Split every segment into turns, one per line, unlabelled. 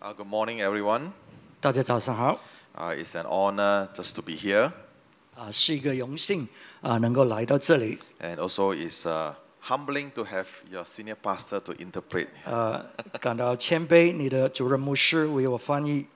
Uh, good morning, everyone.
大家早上好，
Uh, it's an honor just to be here,
啊，是一个荣幸啊，能够来到这里，
and also it's uh, humbling to have your senior pastor to interpret.
呃，感到谦卑。你的主任牧师为我翻译。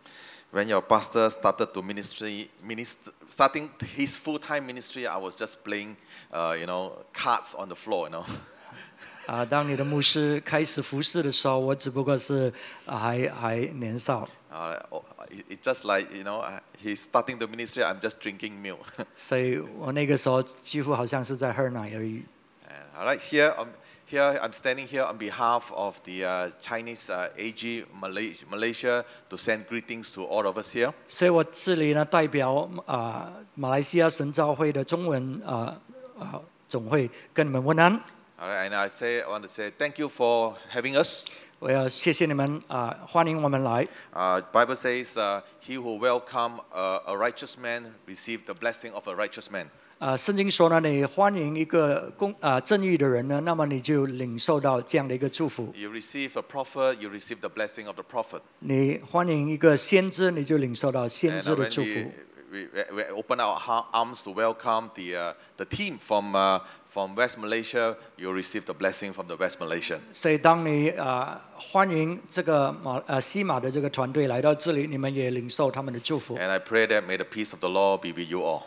When your pastor started to ministry, minister, starting his full-time ministry, I was just playing, uh, you know, cards on the floor, you know.
啊，当你的牧师开始服侍的时候，我只不过是、啊还还年少，
Uh, oh, it- it's just like, you know, uh, he's starting the ministry, I'm just drinking milk.
所以我那个时候几乎好像是在喝奶而已。
And all right, here, um, here I'm standing here on behalf of the uh, Chinese uh, AG Malay- Malaysia to send greetings to all of us here.
所以我这里呢，代表啊、马来西亚神召会的中文啊啊、总会跟你们问安。
All right, and I say, I want to say thank you for having us.
我要谢谢你们啊、欢迎我们来。
Uh, Bible says, uh, "He who welcome a, a righteous man receive the blessing of a righteous man."
啊、圣经说呢，你欢迎一个公啊、正义的人呢，那么你就领受到这样的一个祝福；
You receive a prophet, you receive the blessing of the prophet.
你欢迎一个先知，你就领受到先
And
知
uh, when
的祝福
we,。we, we open our ha- arms to welcome the, uh, the team from, uh, from West Malaysia, you receive the blessing from the West Malaysian.
所以，当你啊、欢迎这个马呃西马的这个团队来到这里，你们也领受他们的祝福。呃
And I pray that may the peace of the Lord be with you all.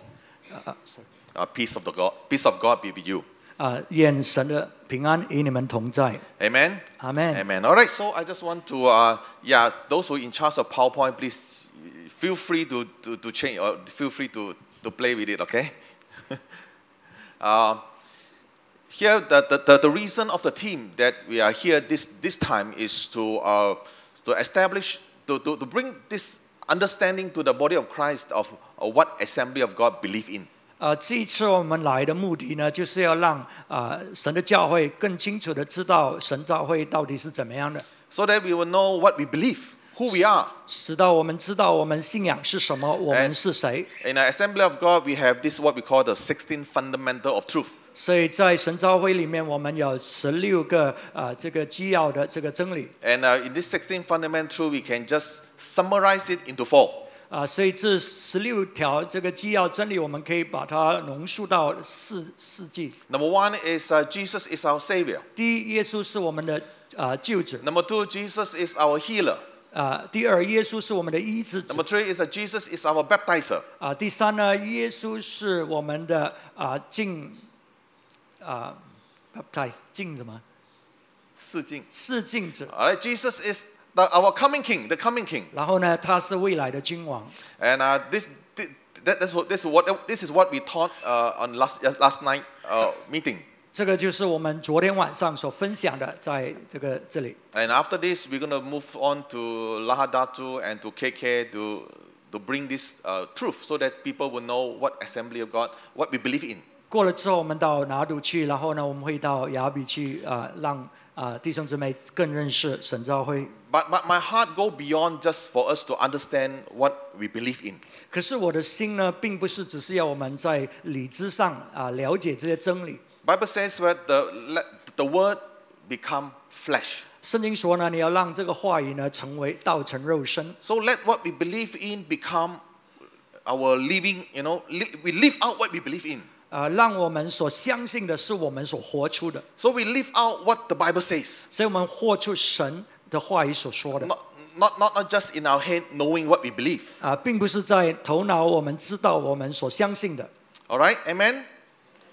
Uh, peace of the God, peace of God be with you.
啊、愿神的平安与你们同在。
Amen.
Amen.
Amen. All right. So I just want to, uh, yeah, those who are in charge of PowerPoint, please feel free to, to, to change or feel free to, to play with it. Okay. um, here, the, the, the, the reason of the team that we are here this, this time is to, uh, to establish, to, to, to bring this understanding to the body of Christ of, of what Assembly of God believe in.
呃，这一次我们来的目的呢，就是要让啊、神的教会更清楚的知道神教会到底是怎么样的，
so that we will know what we believe, who we are.
直到我们知道我们信仰是什么，我们是谁。
In the Assembly of God, we have this what we call the 16 fundamental of truth.
所以在神召会里面，我们有十六个啊、呃这个基要的这个真理
And uh, in this 16 fundamental truth, we can just summarize it into four.
啊、所以这十六条这个基要真理，我们可以把它浓缩到四四句。
Number one is uh, Jesus is our Savior.
第一，耶稣是我们的啊、呃救主
Number two, Jesus is our healer.
啊、第二，耶稣是我们的医治者
Number three is that Jesus is our baptizer.
啊、第三呢，耶稣是我们的啊、敬啊、baptize 敬什么？
四境.
是敬者。
All right, Jesus is the, our coming King, the coming King.
然后呢，他是未来的君王。
And uh, this, thi- that, that's what, this, is what, this is what we taught uh, on last, last night uh, meeting.
这个就是我们昨天晚上所分享的，在这个这里
And after this, we're going to move on to Lahadatu and to KK to, to bring this uh, truth so that people will know what Assembly of God, what we believe in.
过了之后，我们到拿督去，然后呢，我们会到雅比去啊、让啊、弟兄姊妹更认识神召会。
But, but my heart go beyond just for us to understand what we believe in.
可是我的心呢，并不是只是要我们在理智上啊、了解这些真理。
Bible says that the, let the word become flesh.
圣经说呢，你要让这个话语呢成为道成肉身，
So let what we believe in become our living, you know, li- we live out what we believe in.
啊，让我们所相信的是我们所活出的，
So we live out what the Bible says.
所以我们活出神的话语所说的
Not, not, not, not just in our head knowing what we believe.
啊、并不是在头脑我们知道我们所相信的。
All right, amen,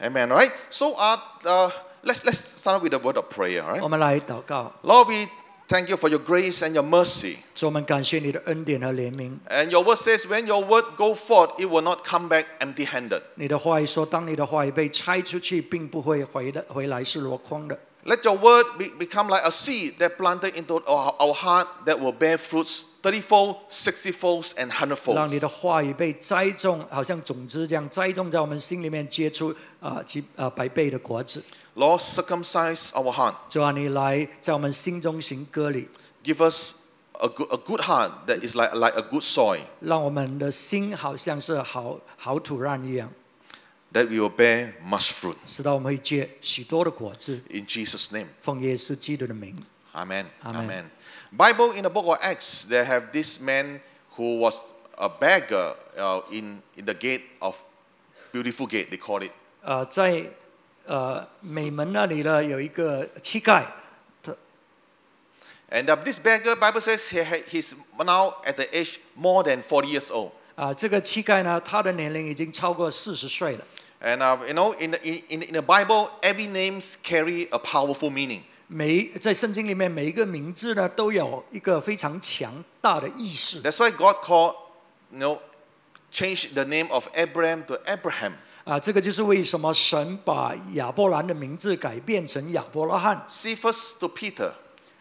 amen. All right. So, uh, uh, let's let's start with a word of prayer. All
我
right.
们来祷告，
Lord, we thank you for your grace and your mercy.
主，我们感谢你的恩典和怜悯。
And your word says, when your word go forth, it will not come back empty-handed.
你的话语说，当你的话语被拆出去，并不会回的回来是落空的。
Let your word be, become like a seed that planted into our, our heart that will bear fruits 30-fold, 60-fold, and
让
100-fold.
你的话语被栽种，好像种子这样栽种在我们心里面，结出啊几啊百倍的果子。
Lord, circumcise our heart.
主啊，你来在我们心中行割礼，
Give us a good, a good heart that is like, like a good soil,
让我们的心好像是好好土壤一样，
that we will bear much fruit.
使到我们会结许多的果子。
In Jesus' name.
奉耶稣基督的名，
Amen.
Amen.
Bible in the book of Acts, they have this man who was a beggar uh, in, in the gate of beautiful gate, they call it.
呃，在呃美门那里呢有一个乞丐，他
And uh, this beggar, Bible says he had, he's now at the age more than 40 years old.
啊、这个乞丐呢，他的年龄已经超过四十岁了。
And uh, you know, in the, in, in- in the Bible, every names carry a powerful meaning.
每一在圣经里面每一个名字呢，都有一个非常强大的意识
That's why God called, you know, changed the name of Abraham to Abraham.
啊。这个就是为什么神把亚伯兰的名字改变成亚伯拉罕
Cephas to Peter,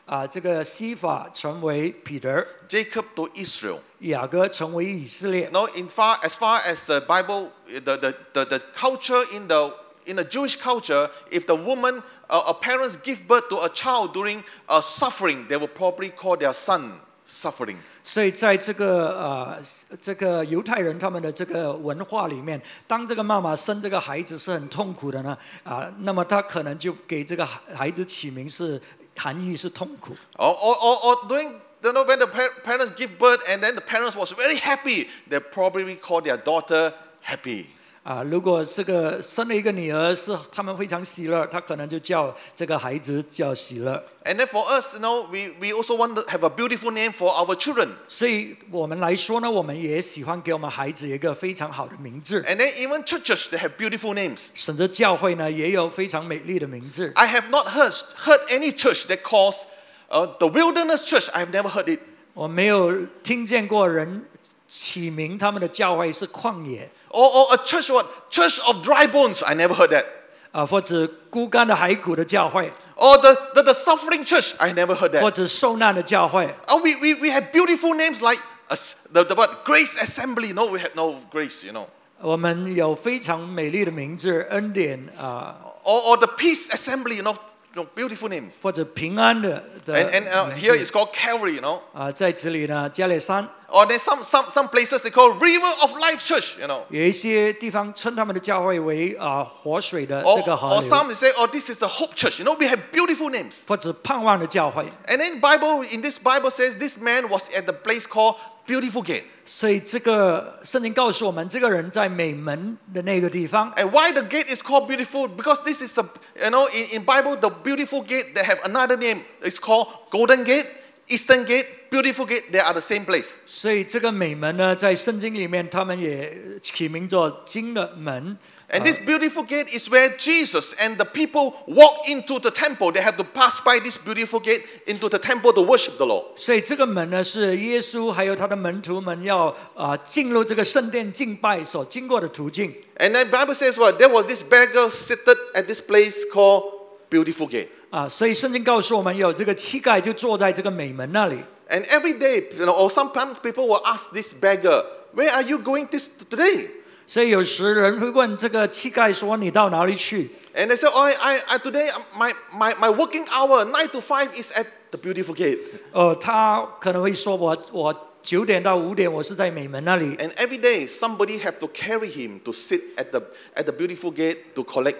啊。这个西法成为彼得，
Jacob to Israel.
雅各成为以色列
No, in far as far as the Bible, the, the, the, the culture in the in the Jewish culture, if the woman uh, or parents give birth to a child during uh, suffering, they will probably call their son suffering.
所以在这个呃这个犹太人他们的这个文化里面，当这个妈妈生这个孩子是很痛苦的呢啊、那么她可能就给这个孩孩子起名是含义是痛苦
Or, or, or, or during you know, when the par- parents give birth and then the parents was very happy, they probably call their daughter happy.
啊、如果这个生了一个女儿是他们非常喜乐，她可能就叫这个孩子叫喜乐。
And then for us, you know, we, we also want to have a beautiful name for our children.
所以我们来说呢，我们也喜欢给我们孩子一个非常好的名字，
And then even churches, they have beautiful names.
甚至教会呢也有非常美丽的名字。
I have not heard, heard any church that calls uh, the wilderness church. I have never heard it.
我没有听见过人起名他们的教会是旷野
Or, or a church what? Church of dry bones. I never heard that.
啊、或者孤干的骸骨的教会，
Or the, the, the suffering church. I never heard
或
that.
者受难的教会
Oh, we, we, we have beautiful names like us- the, the what? Grace Assembly. No, we have no grace, you know.
我们有非常美丽的名字，恩典啊、
Or, or the Peace Assembly, you know, you know, beautiful names.
或者平安的的
And, and uh,
名
here
字
it's called Calvary, you know.
啊、在这里呢，加列山
Or there's some, some, some places they call River of Life Church, you know.
有一些地方称他们的教会为啊、活水的
Or,
这个河
or
流，
some say, oh, this is a Hope Church. You know, we have beautiful names.
或者盼望的教会。
And then Bible in this Bible says this man was at the place called Beautiful Gate.
所以这个圣经告诉我们，这个人在美门的那个地方，
And why the gate is called beautiful? Because this is a you know in, in Bible the beautiful gate they have another name. It's called Golden Gate, Eastern Gate, Beautiful Gate. They are the same place.
所以这个美门呢，在圣经里面，他们也起名做金的门。
And this beautiful gate is where Jesus and the people walk into the temple. They have to pass by this beautiful gate into the temple to worship the Lord.
所以这个门呢，是耶稣还有他的门徒们要啊、进入这个圣殿敬拜所经过的途径。
And then Bible says, well, there was this beggar seated at this place called Beautiful Gate.
啊、所以圣经告诉我们，有这个乞丐就坐在这个美门那里。
And every day, you know, or sometimes people will ask this beggar, where are you going this today?
所以有时人会问这个乞丐说：“你到哪里去
And they say, oh, I, I, I today, um, my, my, my working hour, 9 to 5, is at the beautiful gate.？”
呃，他可能会说我：“我九点到五点，我是在美门那里。
And every day, somebody have to carry him to sit at the, at the beautiful gate to collect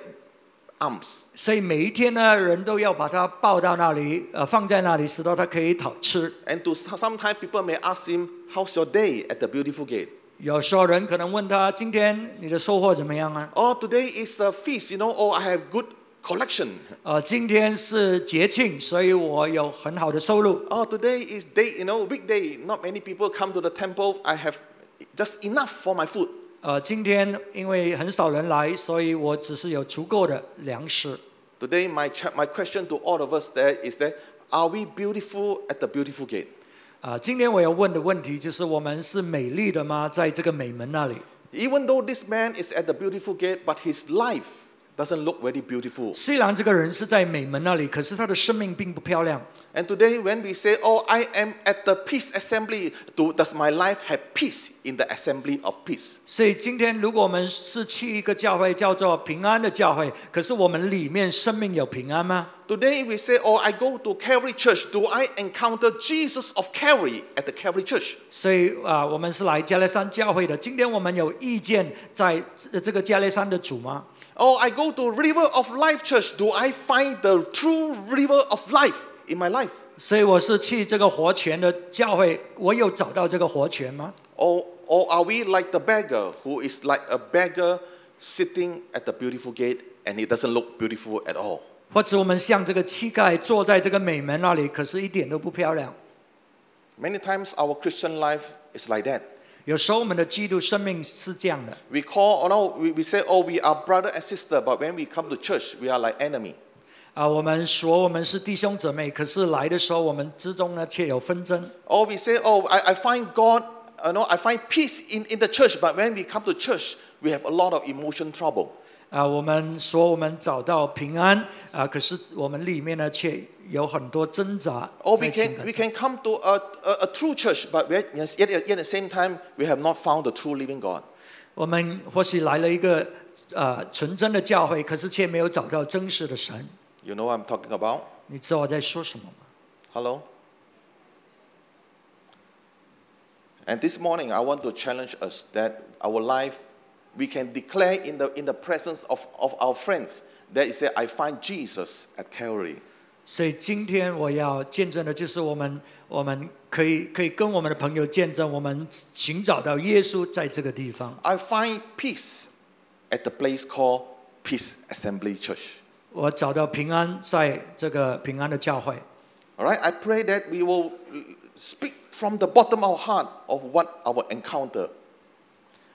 alms. ”
所以每一天呢，人都要把他抱到那里，呃，放在那里，使到他可以讨吃。
And to sometimes people may ask him, how's your day at the beautiful gate?
有时候人可能问他：“今天你的收获怎么样啊
Oh, today is a feast, you know, oh, I have good collection.？”
呃，今天是节庆，所以我有很好的收入。
Oh, today is day, you know, weekday. Not many people come to the temple. I have just enough for my food.
呃，今天因为很少人来，所以我只是有足够的粮食。
Today, my, ch- my question to all of us there is that are we beautiful at the beautiful gate?
啊、今天我要问的问题就是：我们是美丽的吗？在这个美门那里，
Even though this man is at the beautiful gate, but his life doesn't look very beautiful.
虽然这个人是在美门那里，可是他的生命并不漂亮。
And today, when we say, "Oh, I am at the peace assembly," do, does my life have peace in the assembly of peace?
所以今天，如果我们是去一个教会叫做平安的教会，可是我们里面生命有平安吗？
Today, we say, "Oh, I go to Calvary Church. Do I encounter Jesus of Calvary at the Calvary Church?"
所以啊、我们是来加勒山教会的。今天我们有意见在这这个加勒山的主吗？
Or I go to River of Life Church. Do I find the true river of life in my life?
所以我是去这个活泉的教会，我有找到这个活泉吗？
Or, or are we like the beggar who is like a beggar sitting at the beautiful gate and it doesn't look beautiful at all?
或者我们像这个乞丐坐在这个美门那里，可是一点都不漂亮。
Many times our Christian life is like that.
有时候我们的基督生命是这样的，
We call, oh no, we, we say, oh, we are brother and sister, but when we come to church, we are like enemy.
啊，我们说我们是弟兄姊妹，可是来的时候我们之中呢却有纷争。
Or we say, oh, I, I find God, you know, I find peace in, in the church, but when we come to church, we have a lot of emotion trouble.
啊，我们说我们找到平安啊，可是我们里面呢却有很多挣扎
Or Oh,
在
we
情
can,
感
we
上。
can come to a, a, a true church, but we, yet, yet at the same time, we have not found the true living God.
我们或许来了一个呃纯真的教会，可是却没有找到真实的神。
You know what I'm talking about?
你知道我在说什么吗？
Hello? And this morning, I want to challenge us that our life, we can declare in the, in the presence of, of our friends that is, that I find Jesus at Calvary.
所以今天我要见证的就是我们，我们可以可以跟我们的朋友见证，我们寻找到耶稣在这个地方。
I find peace at the place called Peace Assembly Church.
我找到平安在这个平安的教会。
All right, I pray that we will speak from the bottom of our heart of what our encounter.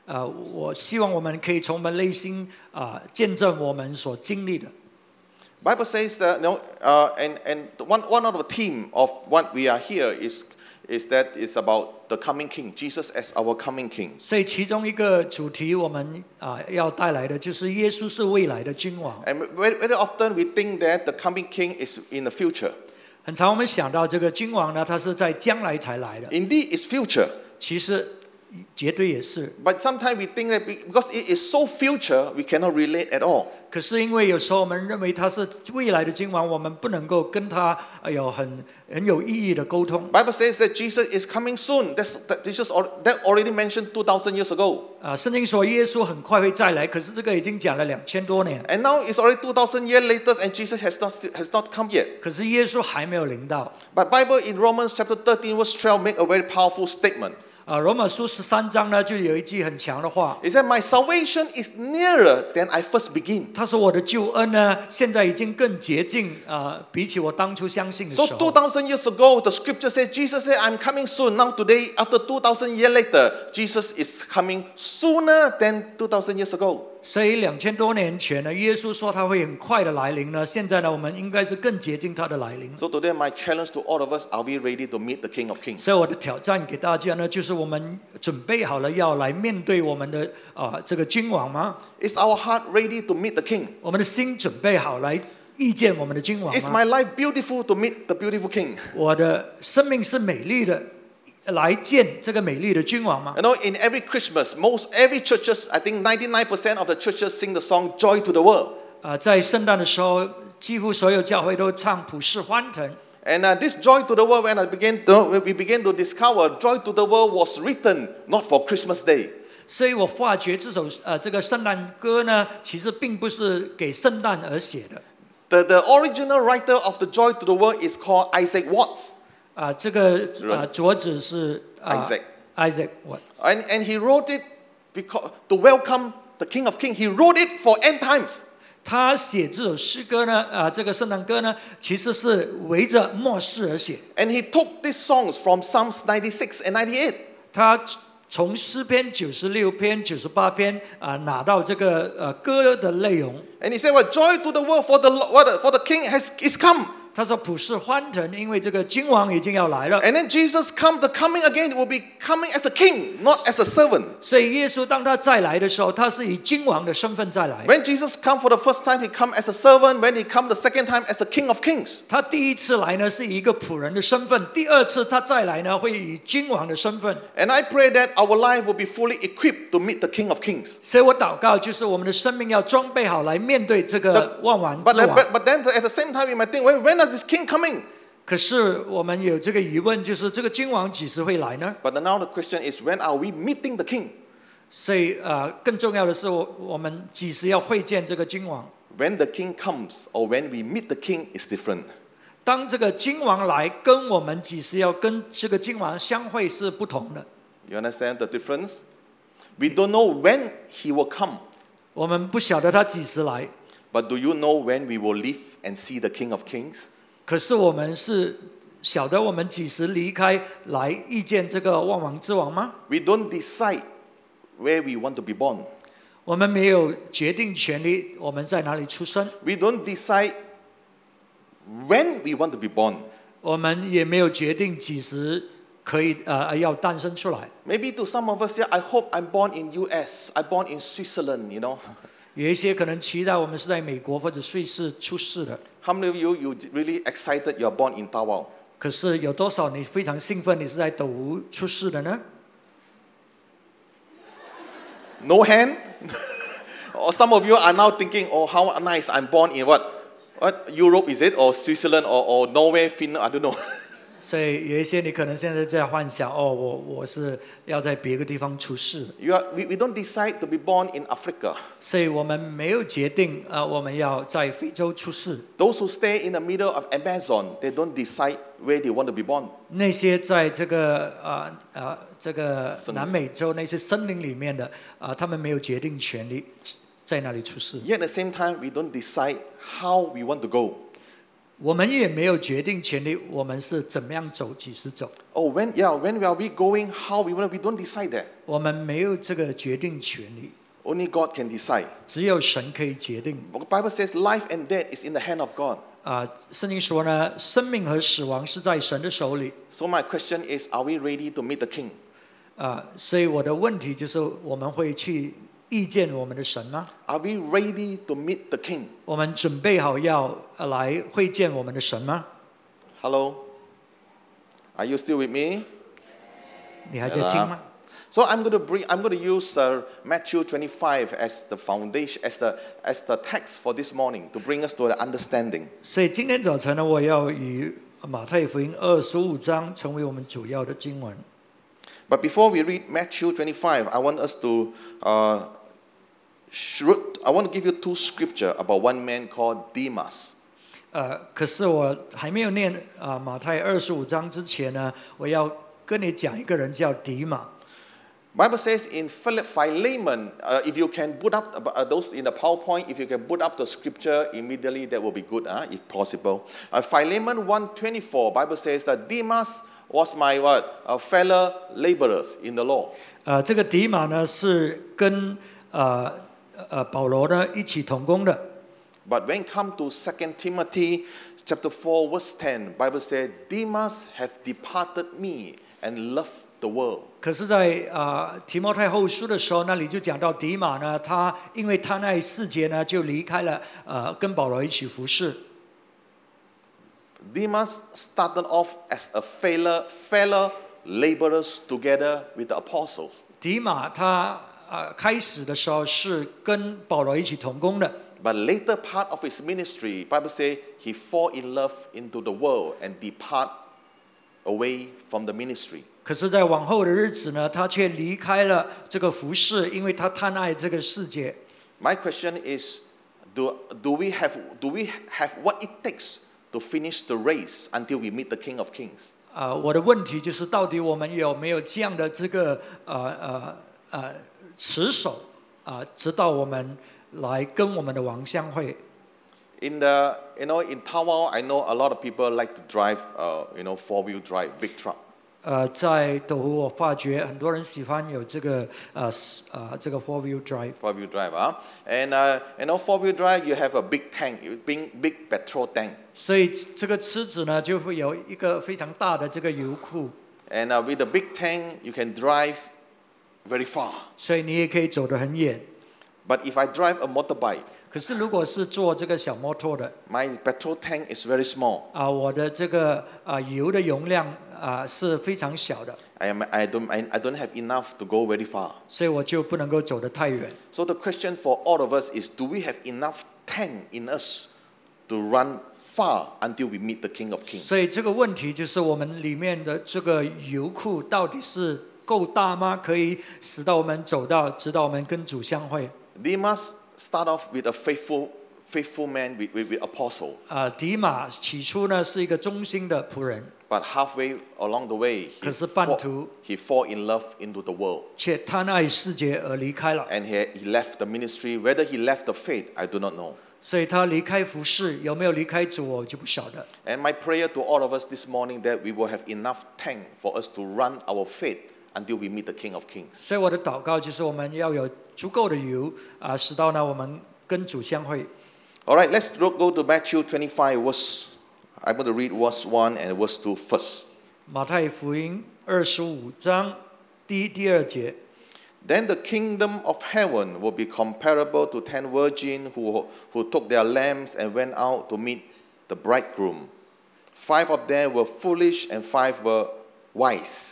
呃，我希望我们可以从我们内心啊、见证我们所经历的。
Bible says that you know, uh, and and one one of the theme of what we are here is is that it's about the coming King, Jesus as our coming King.
所以其中一个主题我们啊、要带来的就是耶稣是未来的君王。
And very, very often we think that the coming King is in the future.
很常我们想到这个君王呢，他是在将来才来的，
Indeed, it's future.
其实绝对也是。
But sometimes we think that be- because it is so future, we cannot relate at all.
可是因为有时候我们认为他是未来的君王，我们不能够跟他呃有很很有意义的沟通
Bible says that Jesus is coming soon. That's, that Jesus al- that already mentioned 2,000 years ago.
啊、圣经说耶稣很快会再来，可是这个已经讲了两千多年，
And now it's already 2,000 years later and Jesus has not, sti- has not come yet.
可是耶稣还没有临到。
But Bible in Romans chapter 13 verse 12 make a very powerful statement.
啊、罗马书十三章呢就有一句很强的话，
It said, my salvation is nearer than I first begin.
他说我的救恩呢现在已经更洁净啊、呃比起我当初相信的时
So
候。
2,000 years ago, the scripture said, Jesus said, I'm coming soon. Now today, after 2,000 years later, Jesus is coming sooner than 2,000 years ago.
所以两千多年前呢，耶稣说他会很快的来临呢。现在呢，我们应该是更接近他的来临。
So today, my challenge to all of us, are we ready to meet the King of Kings?
所以我的挑战给大家呢，就是我们准备好了要来面对我们的啊、这个君王吗？
Is our heart ready to meet the King?
我们的心准备好来遇见我们的君王
Is
吗？
my life beautiful to meet the beautiful King?
我的生命是美丽的，来见这个美丽的君王吗？
You know, in every Christmas, most every churches, I think 99% of the churches sing the song Joy to the World.
啊、在圣诞的时候，几乎所有教会都唱普世欢腾。
And uh, this Joy to the World, when I began to, when we began to discover Joy to the World was written not for Christmas Day.
所以我发觉这首呃这个圣诞歌呢，其实并不是给圣诞而写的。
The, the original writer of the Joy to the World is called Isaac Watts.
啊、这个啊、
Right.
主旨是、啊
Isaac
Isaac what？
And, and he wrote it because, to welcome the King of Kings. He wrote it for end times.
他写这首诗歌呢，啊、这个圣诞歌呢，其实是围着末世而写。
And he took these songs from Psalms 96 and 98.
他从诗篇九十六篇、九十八篇啊、拿到这个呃歌的内容。
And he said, well, joy to the world for the, Lo- for the, for the King has, is come.
他说：“普世欢腾，因为这个君王已经要来了。
And then Jesus come, the coming again will be coming as a king, not as a servant.
所以耶稣当他再来的时候，他是以君王的身份再来。
When Jesus come for the first time, he come as a servant. When he come the second time, as a king of kings.
他第一次来呢是以一个仆人的身份，第二次他再来呢会以君王的身份。
And I pray that our life will be fully equipped to meet the king of kings.
所以我祷告，就是我们的生命要装备好来面对这个万王
But,
之
then,
王。
but, but then at the same time, you might think, when, when are this king coming?
可是我们有这个疑问，就是这个君王几时会来呢？
But then now the question is, when are we meeting the king?
所以呃，更重要的是，我我们几时要会见这个君王？
When the king comes or when we meet the king is different.
当这个君王来，跟我们几时要跟这个君王相会是不同的。
You understand the difference? We don't know when he will come,
我们不晓得他几时来，
but do you know when we will live and see the King of Kings?
可是我们是晓得我们几时离开来遇见这个万王之王吗？
We don't decide where we want to be born.
我们没有决定权利，我们在哪里出生，
We don't decide when we want to be born.
我们也没有决定几时可以呃要诞生出来。
Maybe to some of us here, I hope I'm born in US, I'm born in Switzerland, you know.
有一些可能期待我们是在美国或者瑞士出世的，
How many of you, you really excited you're born in Taiwan?
可是有多少你非常兴奋你是在斗湖出世的呢？
No hand? or some of you are now thinking, oh, how nice, I'm born in what? What, Europe is it? Or Switzerland? Or, or Norway, Finland? I don't know.
所以有一些你可能现在在幻想，哦，我我是要在别个地方出世的，
you are, we, we don't decide to be born in Africa.
所以我们没有决定啊、呃我们要在非洲出世。
Those who stay in the middle of Amazon, they don't decide where they want to be born.
那些在这个啊啊、呃这个
森林
南美洲那些森林里面的啊、他们没有决定权利在哪里出世，
Yet at the same time, we don't decide how we want to go.
我们也没有决定权利，我们是怎么样走，几时走，
Oh, when, yeah, when are we going? How we want? We don't decide that.
我们没有这个决定权利，
Only God can decide.
只有神可以决定。
But the Bible says life and death is in the hand of God.
啊、圣经说呢，生命和死亡是在神的手里。
So my question is, are we ready to meet the King?
啊、所以我的问题就是，我们会去遇见我们的神吗？
Are we ready to meet the King?
我们准备好要呃来会见我们的神吗？
Hello? Are you still with me?
你还在听吗？
So I'm going to bring, I'm going to use uh, Matthew 25 as the foundation, as the, as the text for this morning to bring us to the understanding.
所以今天早晨呢，我要以马太福音二十五章成为我们主要的经文。
But before we read Matthew 25, I want us to, uh, shru- I want to give you two scripture about one man called Demas.
呃，可是我还没有念啊、马太二十五章之前呢，我要跟你讲一个人叫迪马。
Bible says in Philip Philemon, uh, if you can put up ab- uh, those in the PowerPoint, if you can put up the scripture immediately, that will be good, uh, if possible. Uh, Philemon 124, Bible says that Demas was my what, uh, fellow laborers in the law.
呃，这个迪马呢是跟呃呃保罗呢一起同工的。
But when come to 2 Timothy chapter 4, verse 10, Bible says, Demas have departed me and left the world.
可是在，啊提摩太后书的时候，那里就讲到迪马呢，他因为贪爱世界呢，就离开了，呃，跟保罗一起服侍。
Demas started off as a fellow, fellow laborers together with the apostles.
迪马他呃开始的时候是跟保罗一起同工的，
But later part of his ministry, Bible say he fall in love into the world and depart away from the ministry.
可是，在往后的日子呢，他却离开了这个服侍，因为他贪爱这个世界。
My question is, do, do, we have, do we have what it takes to finish the race until we meet the King of Kings?
啊、我的问题就是，到底我们有没有这样的这个呃呃呃持守啊、直到我们来跟我们的王相会？
In the, you know, in Taiwan, I know a lot of people like to drive, uh, you know, four-wheel drive, big truck.
呃，在斗湖我发觉很多人喜欢有这个呃是呃这个 four wheel drive，
Four-wheel drive, huh? And, uh, you know, four-wheel drive, you have a big tank, you- big, big petrol tank.
所以这个车子呢就会有一个非常大的这个油库，
And uh, with a big tank, you can drive very far.
所以你也可以走得很远。
But if I drive a motorbike,
可是如果是坐这个小摩托的
my petrol tank is very small.
啊、我的这个啊、油的容量啊、是非常小的，
I, am, I, don't, I, I don't have enough to go very far.
所以我就不能够走得太远。
So the question for all of us is do we have enough tank in us to run far until we meet the King of Kings?
所以这个问题就是我们里面的这个油库到底是够大吗？可以使到我们走到，直到我们跟主相会。
Demas start off with a faithful faithful man with, with, with apostle.
啊、迪马起初呢是一个忠心的仆人，
But halfway along the way, he
可是半途-
fall, he fall in love into the world.
却贪爱世界而离开了，
And he, he left the ministry. Whether he left the faith, I do not know.
所以他离开服饰有没有离开主，我就不晓得。
And my prayer to all of us this morning that we will have enough tank for us to run our faith until we meet the King of Kings.
所以我的祷告就是我们要有足够的油啊，使到呢我们跟主相会。
All right, let's look, go to Matthew 25, verse. I'm going to read verse 1 and verse 2 first.
马太福音二十五章第一第二节，
Then the kingdom of heaven will be comparable to ten virgins who, who took their lamps and went out to meet the bridegroom. Five of them were foolish and five were wise.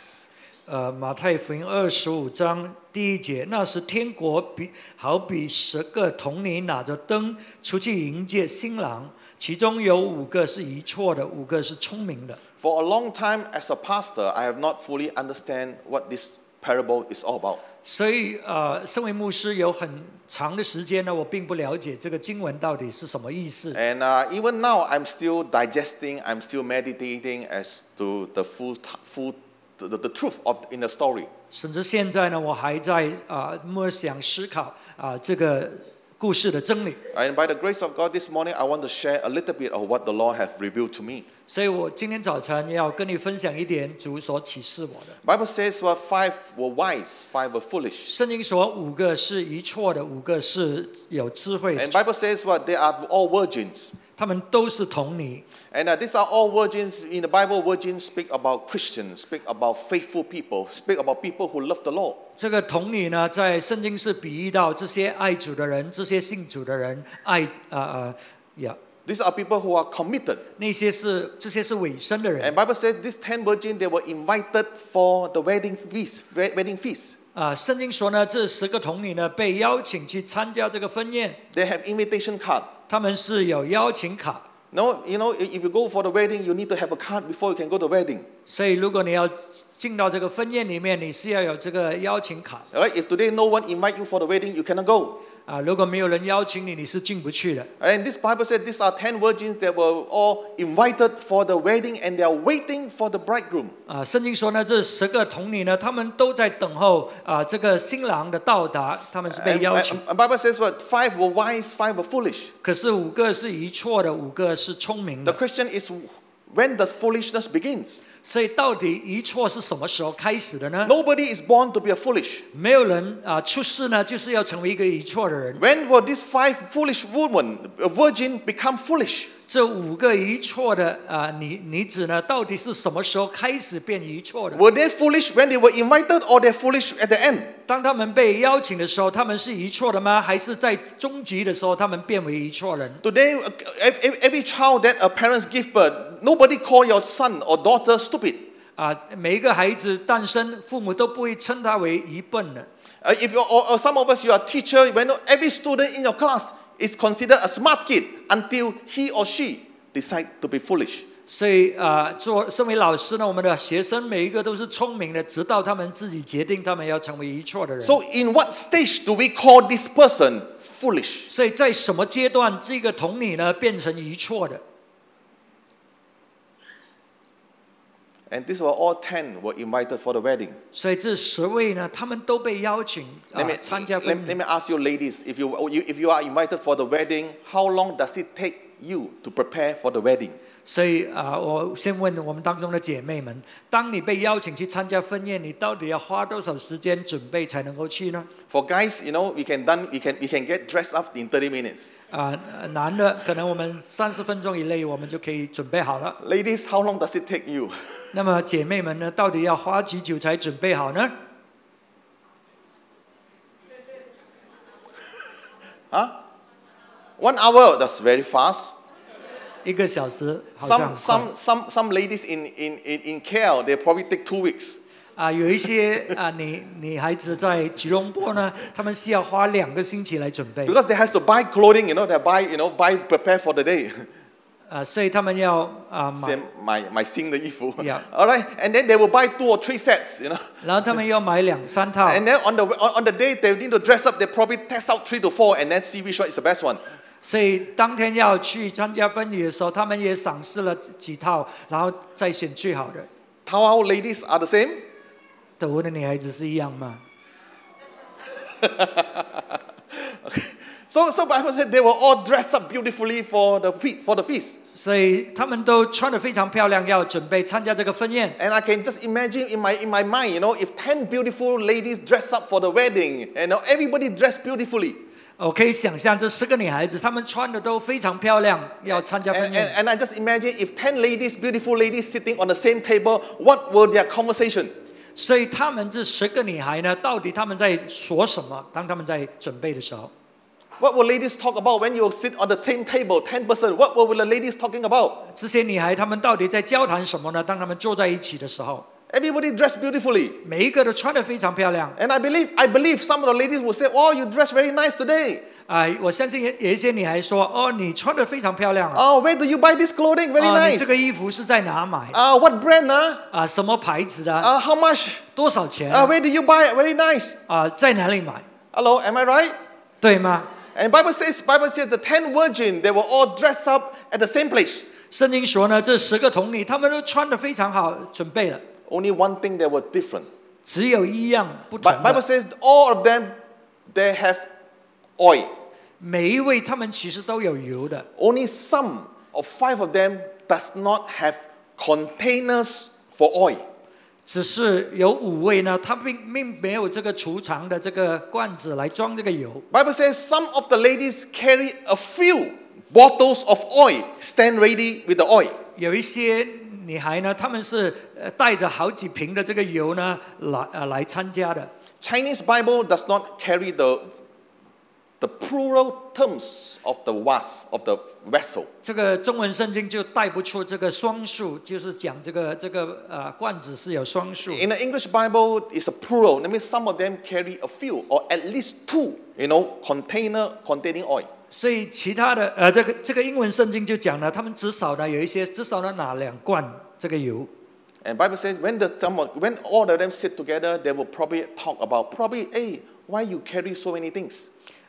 呃，马太福音二十五章第一节，那时天国比好比十个童女拿着灯出去迎接新郎，其中有五个是一错的，五个是聪明的。
For a long time as a pastor, I have not fully understand what this parable is all about.
所以，呃，身为牧师有很长的时间呢，我并不了解这个经文到底是什么意思。
And uh, even now, I'm still digesting, I'm still meditating as to the full, t- full the, the, the truth of, in the story.
甚至现在呢，我还在啊、默想思考啊、这个故事的真理。
And by the grace of God, this morning, I want to share a little bit of what the Lord has revealed to me.
所以我今天早晨要跟你分享一点主所启示我的。
Bible says well, five were wise, five were foolish.
圣经说五个是一错的，五个是有智慧
And
的，
Bible says well, they are all virgins.
他们都是童女。
And uh, these are all virgins. In the Bible, virgins speak about Christians, speak about faithful people, speak about people who love the Lord.
这个童女呢，在圣经是比喻到这些爱主的人，这些信主的人，爱啊啊呀，
These are people who are committed.
那些是这些是委身的人
And Bible says these ten virgins, they were invited for the wedding feast. we- Wedding feast.
啊。圣经说呢，这十个童女呢被邀请去参加这个婚宴，
They have invitation card.
他们是有邀请卡。
No, you know, i- if you go for the wedding, you need to have a card before you can go to the wedding.
所以，如果你要进到这个婚宴里面，你是要有这个邀请卡
All right? If today no one invite you for the wedding, you cannot go.
啊。如果没有人邀请你，你是进不去的。
And this Bible said these are 10 virgins that were all invited for the wedding and they are waiting for the bridegroom.
啊，圣经说呢，这十个童女呢，她们都在等候啊这个新郎的到达，她们是被
And,
邀请
and-。and Bible says what? Five were wise, five were foolish.
可是五个是一错的，五个是聪明
The
的。
question is when does foolishness begins?
所以到底一错是什么时候开始的呢？
Nobody is born to be a foolish.
没有人啊出世呢，就是要成为一个一错的人。
When will these five foolish women, a virgin, become foolish?
这五个一错的啊女女子呢，到底是什么时候开始变一错的？
Were they foolish when they were invited or they're foolish at the end?
当他们被邀请的时候，他们是一错的吗？还是在终极的时候，他们变为一错人？
Today, uh, ev- ev- every child that a parents give birth, nobody call your son or daughter stupid.
啊，每一个孩子诞生，父母都不会称他为一笨的。
Uh, if you're, or, or some of us, you are a teacher, when every student in your class is considered a smart kid until he or she decide to be foolish.
所以啊，做身为老师呢，我们的学生每一个都是聪明的，直到他们自己决定他们要成为一错的人。
So, in what stage do we call this person foolish?
所以在什么阶段，这个童女呢变成一错的？
And these were all ten were invited for the wedding.
所以这十位呢，他们都被邀请啊
Let me,
参加
let, let
婚礼。
me ask you, ladies, if you, oh, you- if you are invited for the wedding, how long does it take you to prepare for the wedding?
所以啊、我先问我们当中的姐妹们：当你被邀请去参加婚宴，你到底要花多少时间准备才能够去呢？
For guys, you know, we can, done, we can, we can get dressed up in 30 minutes.
啊、男的可能我们三十分钟以内我们就可以准备好了。
Ladies, how long does it take you?
那么姐妹们呢，到底要花几久才准备好呢？
Huh? One hour, that's very fast.
一个小时好像很
Some,
快
some, some, some ladies in, in, in, in KL, they probably take two weeks.
啊、有一些啊、女女孩子在吉隆坡呢，她们是要花两个星期来准备
Because they has to buy clothing, you know, they buy, you know, buy, prepare for the day.
啊、所以她们要啊、买
Same, my, my sing the ifu.
Yeah.
All right. And then they will buy two or three sets, you know.
然后她们要买两三套。
哎 And then on the, on, on the day, they need to dress up. They probably test out three to four and then see which one is the best one.
所以当天要去参加婚礼的时候，他们也赏识了几套，然后再选最好的。
Tawau ladies are the same.
德国的女孩子是一样吗？
So, so Bible said they were all dressed up beautifully for the fe- for the feast.
所以他们都穿得非常漂亮，要准备参加这个婚宴。
And I can just imagine in my in my mind, you know, if ten beautiful ladies dress up for the wedding, and now everybody dressed beautifully.
我可以想象这十个女孩子，她们穿的都非常漂亮，要参加
And,
婚
and,
宴。
and I just imagine if 10 ladies, beautiful ladies, sitting on the same table, what were their conversation?
所以她们这十个女孩呢，到底她们在说什么？当她们在准备的时候，
What will ladies talk about when you sit on the same table, 10 person? What were the ladies talking about?
这些女孩她们到底在交谈什么呢？当她们坐在一起的时候，
Everybody dressed beautifully.
每一个都穿得非常漂亮。
And I believe, I believe some of the ladies will say, oh, you dress very nice today.
啊、我相信也有一些女孩说：“哦，你穿得非常漂亮啊！
Oh, where do you buy this clothing? Very
啊，你
nice.
这个衣服是在哪买？啊、
Uh, what brand? Huh?
什么牌子的？
Uh, how much?
多少钱？
Uh,
啊、
where do you buy it? Very nice.
在哪里买？
Hello, am I right?
对吗？
And Bible says, Bible says the 10 virgin, they were all dressed up at the same place.
圣经说呢，这十个童女她们都穿得非常好，准备了，
Only one thing they were different.
只有一样不同
But Bible
的。
says all of them they have oil.
每一位她们其实都有油的，
Only some of five of them does not have containers for oil.
只是有五位呢，她并并没有这个储藏的这个罐子来装这个油。
Bible says some of the ladies carry a few bottles of oil, stand ready with the oil.
有一些女孩呢，她们是呃带着好几瓶的这个油呢来呃来参加的。
Chinese Bible does not carry the the plural terms of the was of the vessel.
这个中文圣经就带不出这个双数，就是讲这个这个呃罐子是有双数。
In the English Bible, it's a plural. That means some of them carry a few or at least two, you know, container containing oil.
所以其他的呃，这个这个英文圣经就讲了，他们至少呢有一些至少呢拿两罐这个油，
And Bible says when the some of- when all of them sit together, they will probably talk about probably, hey, why you carry so many things?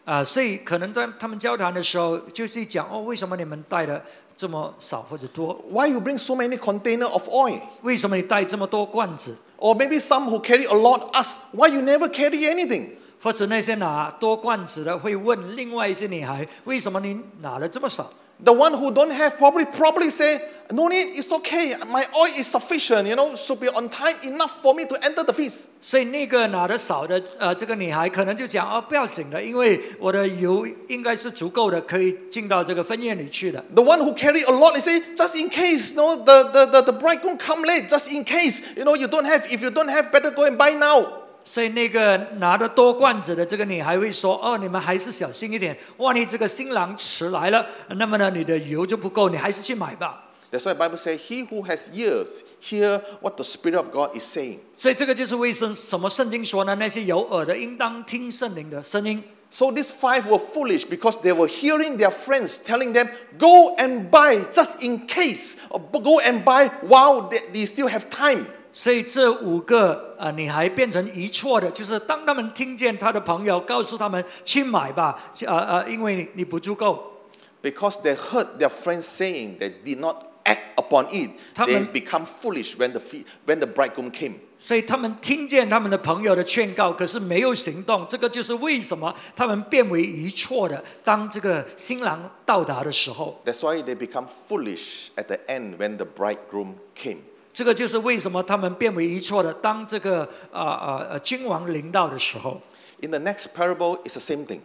啊、所以可能在他们交谈的时候，就是讲哦，为什么你们带的这么少或者多？
Why you bring so many container of oil?
为什么你带这么多罐子？
Or maybe some who carry a lot ask, why you never carry anything?
或者那些拿多罐子的会问另外一些女孩，为什么你拿了这么少？
The one who don't have probably probably say, no need, it's okay. My oil is sufficient, you know, should be on time enough for me to enter the feast.
所以那个拿的少的呃，这个女孩可能就讲哦，不要紧的，因为我的油应该是足够的，可以进到这个婚宴里去的。
The one who carry a lot, they say, just in case, no, the, the, the, the bridegroom come late, just in case, you know, you don't have, if you don't have, better go and buy now.
所以那个拿着多罐子的这个女孩会说：“哦，你们还是小心一点，万一这个新郎迟来了，那么呢，你的油就不够，你还是去买吧。
That's why Bible says, he who has ears, hear what the Spirit of God is saying. ”
所以这个就是为什什么圣经说呢？那些有耳的应当听圣灵的声音。
So these five were foolish because they were hearing their friends telling them, go and buy just in case, or go and buy while they, they still have time.
所以这五个呃女孩变成一错的，就是当他们听见她的朋友告诉他们去买吧，呃呃，因为你你不足够，
Because they heard their friends saying they did not act upon it, they
他们-
become foolish when the, fe- when the bridegroom came.
所以他们听见他们的朋友的劝告，可是没有行动，这个就是为什么他们变为一错的。当这个新郎到达的时候，
That's why they become foolish at the end when the bridegroom came.
这个就是为什么他们变为一错的。当这个啊啊呃君王临到的时候，
In the next parable, it's the same thing.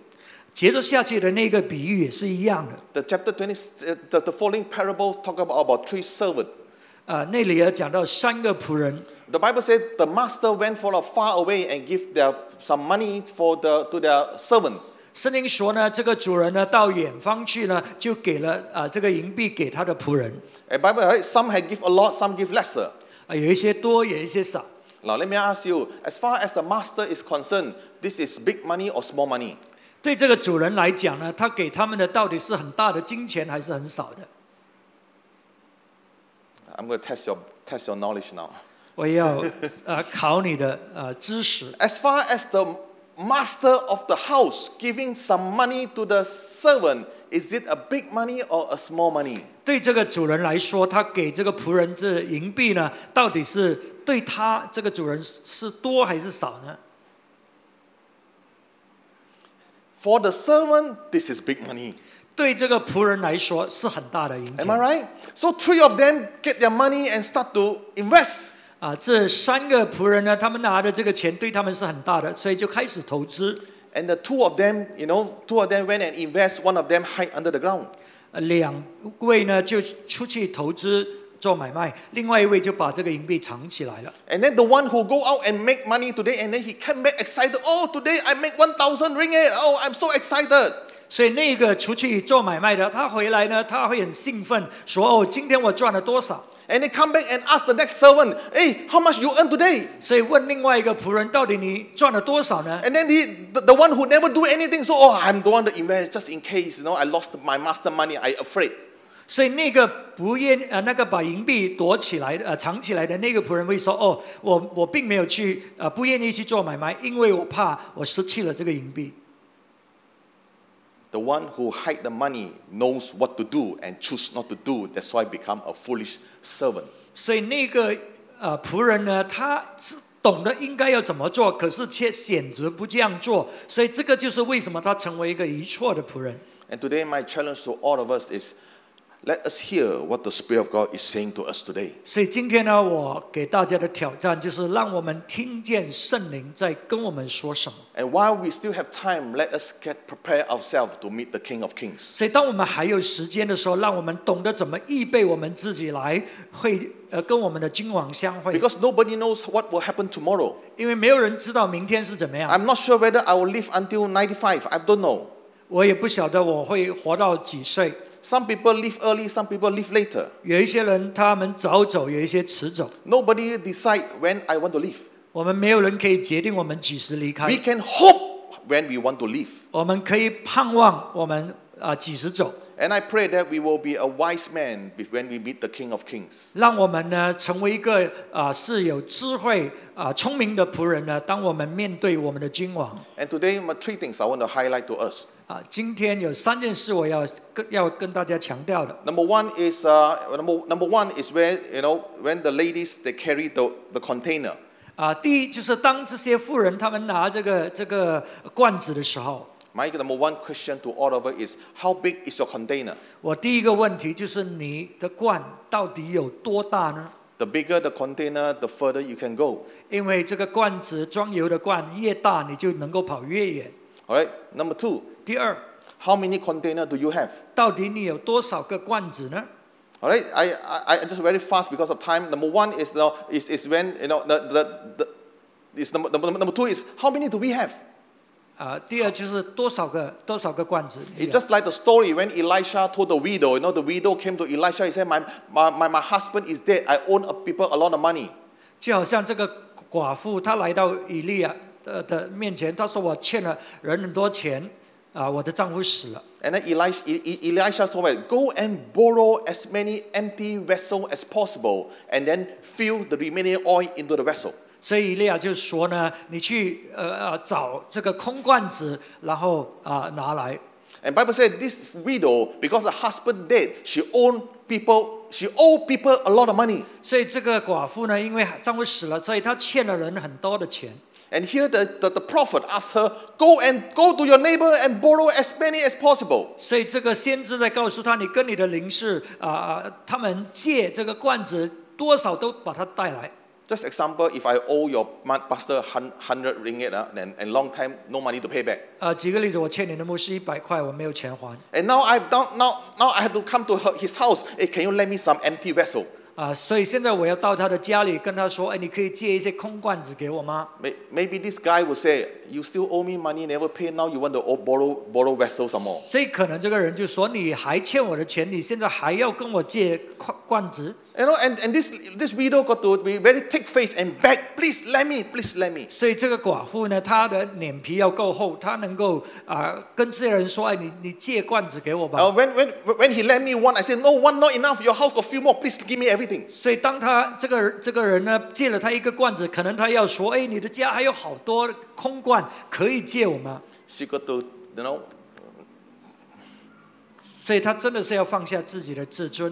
接着下去的那个比喻也是一样的。
The chapter 20, uh, the, the following parable talk about, about three servants.
呃，那里也讲到三个仆人，
The Bible said the master went for a far away and give their, some money for the, to their servants.
圣经说呢，这个主人呢到远方去呢，就给了啊、呃这个银币给他的仆人，
And Bible, right, some had give a lot, some give lesser.
啊、有一些多，有一些少。
Now let me ask you, as far as the master is concerned, this is big money or small money?
对这个主人来讲呢，他给他们的到底是很大的金钱还是很少的？
I'm going to test your, test your knowledge now.
我要呃考你的呃知识。
As far as the master of the house giving some money to the servant, is it a big money or a small money?
对这个主人来说，他给这个仆人这银币呢，到底是对他这个主人是多还是少呢？
For the servant, this is big money.
对这个仆人来说是很大的影
Am I
响
right? So three of them get their money and start to invest.
啊！这三个仆人呢，他们拿的这个钱对他们是很大的，所以就开始投资。
And the two of them, you know, two of them went and invest, one of them hide under the ground.
呃两位呢就出去投资做买卖，另外一位就把这个银币藏起来了。
And then the one who go out and make money today, and then he came back excited. Oh, today I make 1,000 ringgit. Oh, I'm so excited.
所以那个出去做买卖的，他回来呢，他会很兴奋，说：“哦，今天我赚了多少
And they come back and ask the next servant, hey, how much you earn today?？”
所以问另外一个仆人：“到底你赚了多少呢
And then he, the, the one who never do anything, so oh, I'm the one to invest just in case, you know, I lost my master money, I afraid.？”
所以那个不愿呃那个把银币躲起来的呃藏起来的那个仆人会说：“哦，我我并没有去呃不愿意去做买卖，因为我怕我失去了这个银币。
The one who hide the money knows what to do and choose not to do. That's why become a foolish servant. ”
所以那个呃仆人呢，他是懂得应该要怎么做，可是却选择不这样做，所以这个就是为什么他成为一个一错的仆人。
And today my challenge to all of us is let us hear what the Spirit of God is saying to us today.
所以今天呢，我给大家的挑战就是让我们听见圣灵在跟我们说什么。
And while we still have time, let us get prepare ourselves to meet the King of Kings.
所以，当我们还有时间的时候，让我们懂得怎么预备我们自己来会呃跟我们的君王相会，
Because nobody knows what will happen tomorrow.
因为没有人知道明天是怎么样。
I'm not sure whether I will live until 95. I don't know.
我也不晓得我会活到几岁。
Some people live early, some people live later.
有一些人他们早走，有一些迟走。
Nobody decide when I want to leave.
我们没有人可以决定我们几时离
We
开，
can hope when we want to leave.
我们可以盼望我们啊、呃几时走。
And I pray that we will be a wise man be- when we meet the King of Kings.
让我们呢成为一个啊、是有智慧啊、聪明的仆人呢。当我们面对我们的君王
And today, my three things I want to highlight to us.
啊、今天有三件事我要跟要跟大家强调的。
Number one is uh, number, number one is where you know when the ladies they carry the, the container.
啊，第一就是当这些富人他们拿这个这个罐子的时候，
My number one question to all of us is how big is your container?
我第一个问题就是你的罐到底有多大呢？
The bigger the container, the further you can go.
因为这个罐子装油的罐越大，你就能够跑越远。
All right. Number two,
第二，
how many container do you have?
到底你有多少个罐子呢？
All right. I, I, I just very fast because of time. Number one is now is, is when you know the the, the is number, number number two is how many do we have?
啊，第二就是多少个多少个罐子你有？
It's just like the story when Elisha told the widow, you know, the widow came to Elisha, he said, My, my, my, my husband is dead, I owe people a lot of money.
就好像这个寡妇，她来到以利亚的的面前，她说：“我欠了人很多钱，啊，我的丈夫死了。
And then Elisha, E- E- Elisha told her, Go and borrow as many empty vessels as possible, and then fill the remaining oil into the vessel. ”
所以以利亚就说呢：“你去呃呃找这个空罐子，然后啊、拿来。
And Bible said this widow, because her husband dead, she owned people, she owed people a lot of money. ”
所以这个寡妇呢，因为丈夫死了，所以她欠了人很多的钱。
And here the, the, the prophet asked her, Go and go to your neighbor and borrow as many as possible.
所以这个先知在告诉他：“你跟你的邻舍啊、啊他们借这个罐子多少都把它带来。”
Just example, if I owe your ma- pastor hun- 100 ringgit ah, and, and long time, no money to pay back.
啊、举个例子，我欠你的牧师一百块，我没有钱还。
And now I've down, now, now I have to come to her, his house. Hey, can you lend me some empty vessel?
啊，所以现在我要到他的家里跟他说，哎，你可以借一些空罐子给我吗？
May- Maybe this guy will say, you still owe me money, never pay, now you want to owe, borrow, borrow vessel some more.
所以可能这个人就说，你还欠我的钱，你现在还要跟我借罐罐子？
You know, and, and this, this widow got to be very thick faced and beg, please let me, please let me.
所以这个寡妇呢，她的脸皮要够厚，她能够啊、跟这些人说：“哎，你你借罐子给我吧。
Uh, when, when, when he lent me one, I said, no, one not enough. Your house got few more. Please give me everything.
所以当她这个这个人呢借了她一个罐子，可能她要说：“哎，你的家还有好多空罐，可以借我吗
She got to, you know, ”
所以她真的是要放下自己的自尊，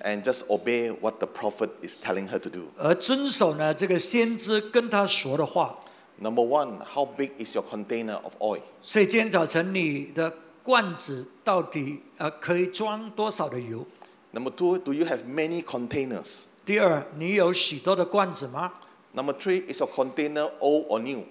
and just obey what the prophet is telling her to do.
而遵守呢这个先知跟她说的话。
Number one, how big is your container of oil?
所以今天早晨你的罐子到底呃可以装多少的油？
Number two, do you have many containers?
第二，你有许多的罐子吗？
Number three, is your container old or new?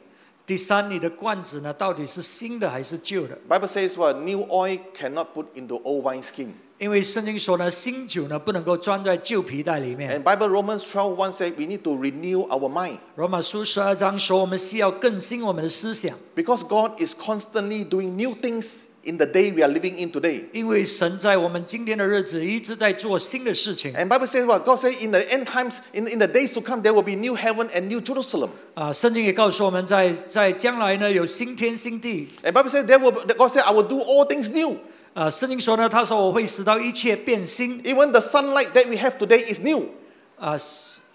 第三，你的罐子呢到底是新的还是旧的？
Bible says what new oil cannot put into old wineskin.
因为圣经说呢，新酒呢不能够装在旧皮带里面。
And Bible Romans 12, 1 says we need to renew our mind
罗马书十二章说，我们需要更新我们的思想，
because God is constantly doing new things in the day we are living in today.
因为神在我们今天的日子一直在做新的事情。
And Bible says what God says in the end times, in, in the days to come, there will be new heaven and new Jerusalem.
啊，圣经也告诉我们在在将来呢有新天新地。
And Bible says there will be- God said, I will do all things new.
啊，圣经说呢，他说我会使到一切变新。
Even the sunlight that we have today is new.
啊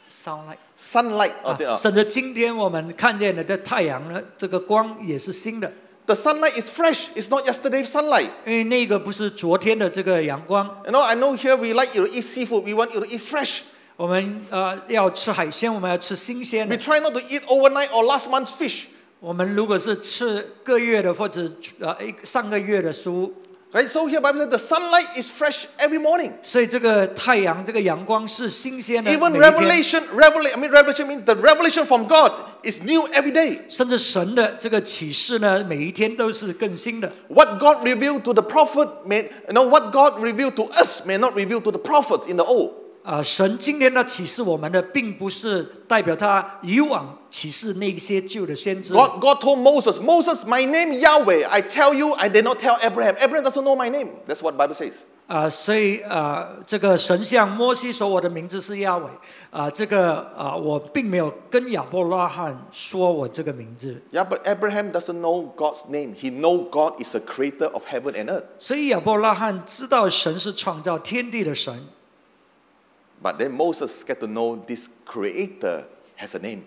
，sound like。
Sunlight.
啊
oh, yeah.
甚至今天我们看见了的太阳呢，这个光也是新的，
The sunlight is fresh. It's not yesterday's sunlight.
因为那个不是昨天的这个阳光。
You know, I know here we like you to eat seafood. We want you to eat fresh.
我们呃要吃海鲜，我们要吃新鲜
We
的。
try not to eat overnight or last month's fish.
我们如果是吃个月的或者呃一上个月的书，
Right? So here Bible says the sunlight is fresh every morning.
所以这个太阳这个阳光是新鲜的。
Even
每一
revelation,
天
revelation, I mean revelation means the revelation from God is new every day.
甚至神的这个启示呢，每一天都是更新的。
What God revealed to the prophet may you know what God revealed to us may not reveal to the prophets in the old.
啊、神今天呢启示我们的，并不是代表他以往启示那些旧的先知。
God, God told Moses, Moses, my name Yahweh, I tell you, I did not tell Abraham. Abraham doesn't know my name. That's what Bible says.
啊、所以啊、这个神像摩西说我的名字是亚伟啊、这个啊、我并没有跟亚伯拉罕说我这个名字，
Yeah, but Abraham doesn't know God's name. He know God is the creator of heaven and earth.
所以亚伯拉罕知道神是创造天地的神，
But then Moses get to know this creator has a name.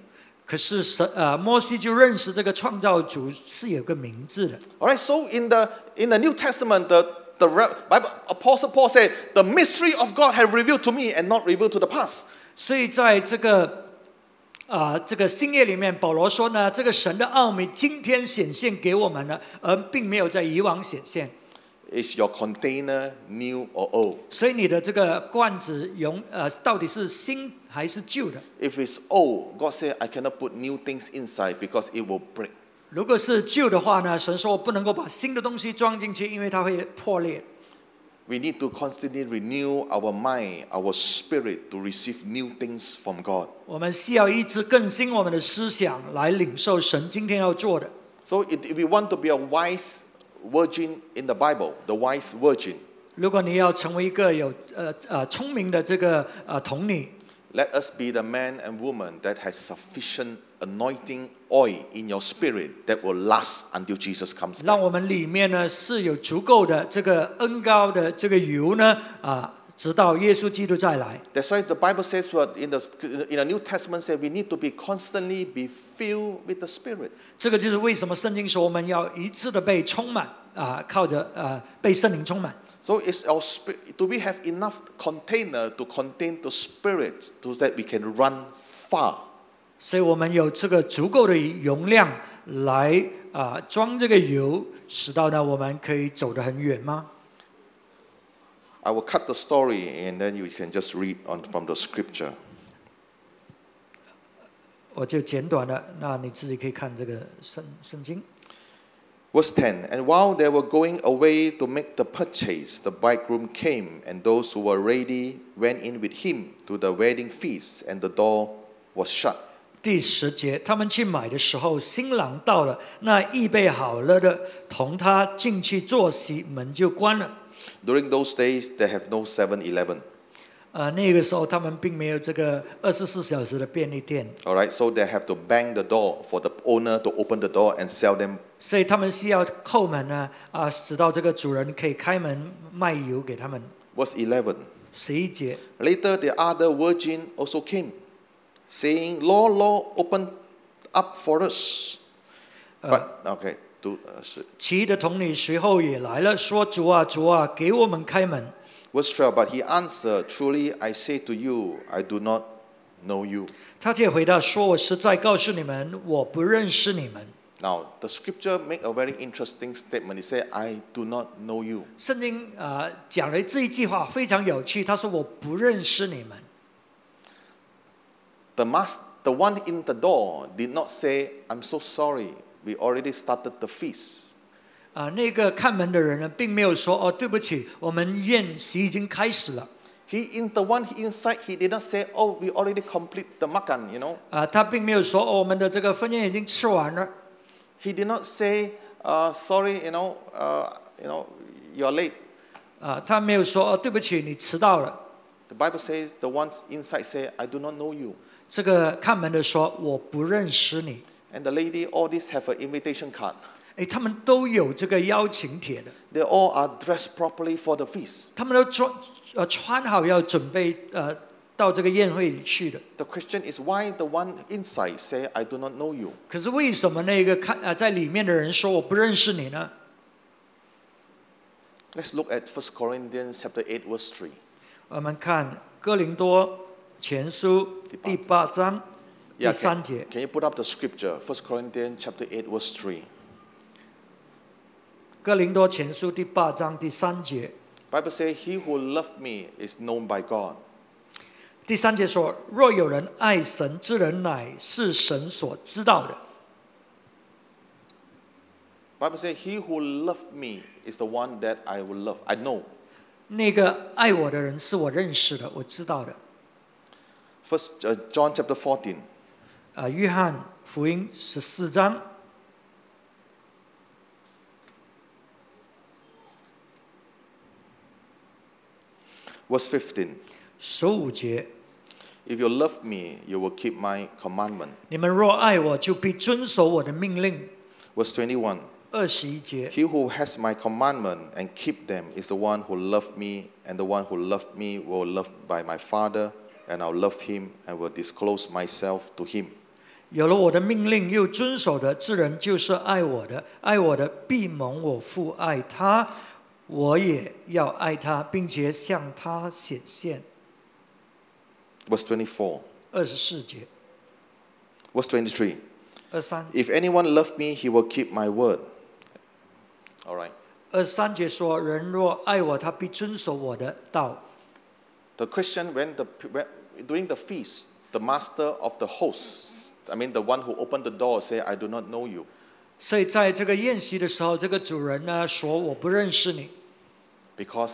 可是神啊、摩西就认识这个创造主是有个名字的，
All right, so in the in the New Testament, the the re- Bible, Apostle Paul said, "The mystery of God have revealed to me and not revealed to the past."
所以在这个。啊、这个新业里面，保罗说呢，这个神的奥秘今天显现给我们了，而并没有在以往显现。
Is your container new or old?
所以你的这个罐子永呃到底是新还是旧的？
If it's old, God said, "I cannot put new things inside because it will break."
如果是旧的话呢，神说我不能够把新的东西装进去，因为它会破裂。
We need to constantly renew our mind, our spirit to receive new things from God.
我们需要一直更新我们的思想，来领受神今天要做的。
So if if we want to be a wise virgin in the Bible, the wise virgin,
如果你要成为一个有呃呃聪明的这个呃童女，
Let us be the man and woman that has sufficient anointing oil in your spirit that will last until Jesus comes
让
back.
我们里面呢是有足够的这个恩高的这个油呢啊、直到耶稣基督再来。
That's why the Bible says what in the in the New Testament says we need to be constantly be filled with the Spirit.
这个就是为什么圣经说我们要一次的被充满啊、靠着呃被圣灵充满。
So is our spirit do we have enough container to contain the spirit so that we can run far?
所以我们有这个足够的容量来啊、装这个油，使到呢我们可以走得很远吗？
I will cut the story and then you can just read on from the scripture.
我就简短的，那你自己可以看这个圣圣经。
Verse 10 And while they were going away to make the purchase, the bridegroom came, and those who were ready went in with him to the wedding feast, and the door was shut.
第十节，他们去买的时候，新郎到了，那预备好了的同他进去坐席，门就关了。
During those days, they have no 7 Eleven.
啊、呃，那个时候他们并没有这个二十四小时的便利店，
All right, so they have to bang the door for the owner to open the door and sell them.
所以他们需要叩门呢，啊，直到这个主人可以开门卖油给他们。
Verse 11.
十一节，
Later, the other virgin also came, saying, Lord, Lord, open up for us. But, okay, to, uh, s-
其余的童女随后也来了，说：“主啊，主啊，给我们开门。
verse 12, but he answered, Truly I say to you, I do not know you. ”
他却回答说：“我实在告诉你们，我不认识你们。
Now, the scripture make a very interesting statement. It says, I do not know you. ”
圣经啊、呃讲了这一句话非常有趣，他说：“我不认识你们。
The, mas- the one in the door did not say, I'm so sorry, we already started the feast. ”
啊、那个看门的人呢，并没有说：“哦，对不起，我们宴席已经开始了。
He in the one inside, he did not say, "Oh, we already complete the makan," you know.
啊、他并没有说：“哦，我们的这个婚宴已经吃完了。
He did not say, uh, "Sorry, you know, uh, you know, you're late." ”
啊、他没有说：“哦，对不起，你迟到了。
The Bible says the ones inside say, "I do not know you," ”
这个看门的说：“我不认识你。
and the lady, all these have an invitation card. ”
哎，他们都有这个邀请帖的。
They all are dressed properly for the feast.
他们都穿呃穿好要准备呃到这个宴会里去的。
The question is why the one inside say, "I do not know you."
可是为什么那个看呃在里面的人说我不认识你呢？
Let's look at 1 Corinthians chapter 8, verse 3.
我们看哥林多前书第八章第
Yeah, can,
三节，
can you put up the scripture? 1 Corinthians chapter 8, verse 3.
哥林多前书第八章第三节，
Bible says, "He who loved me is known by God."
第三节说：若有人爱神之人，乃是神所知道的。
Bible says, "He who loved me is the one that I will love. I know."
那个爱我的人是我认识的，我知道的。
First uh, John chapter 14,
啊、约翰福音十四章
verse 15.
十五节，
If you love me, you will keep my commandment.
你们若爱我，就必遵守我的命令。
Verse 21.
二十一节，
He who has my commandment and keep them is the one who loved me, and the one who loved me will love by my Father, and I'll love him and will disclose myself to him.
有了我的命令又遵守的，这人就是爱我的；爱我的必蒙我父爱他，我也要爱他，并且向他显现。
Verse 24.
二十四节，
Verse 23.
二三
If anyone loved me, he will keep my word. All right.
二三节说：人若爱我，他必遵守我的道。
The question when the when, during the feast, the master of the host, I mean the one who opened the door, say, "I do not know you."
所以在这个宴席的时候，这个主人呢说：“我不认识你，
Because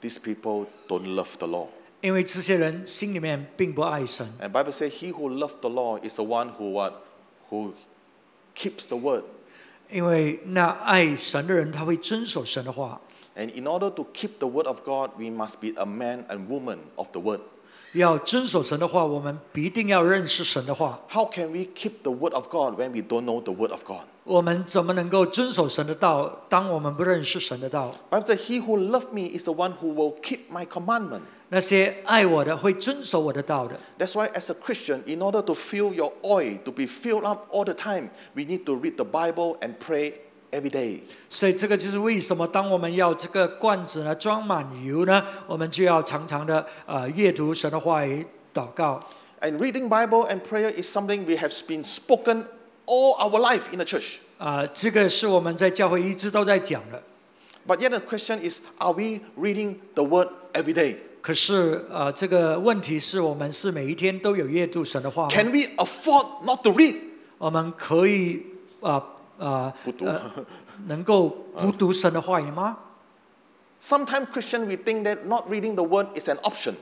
these people don't love the law.
因为这些人心里面并不爱神。
And Bible says, "He who loved the law is the one who what, who keeps the word."
因为那爱神的人，他会遵守神的话。
And in order to keep the word of God, we must be a man and woman of the word.
要遵守神的话，我们必定要认识神的话。
How can we keep the word of God when we don't know the word of God?
我们怎么能够遵守神的道？当我们不认识神的道，
Bible says, "He who loved me is the one who will keep my commandment."
那些爱我的会遵守我的道的。
That's why, as a Christian, in order to fill your oil, to be filled up all the time, we need to read the Bible and pray every day.
所以这个就是为什么当我们要这个罐子呢装满油呢，我们就要常常的呃阅读神的话语、祷告。
And reading Bible and prayer is something we have been spoken all our life in the church.
啊、这个是我们在教会一直都在讲的。
But yet the question is, are we reading the Word every day?
可是啊、呃这个问题是我们是每一天都有阅读神的话吗
Can we afford not to read?
我们可以啊啊
不读
呃能够不读神的话语吗？
Sometimes Christian we think that not reading the Word is an option.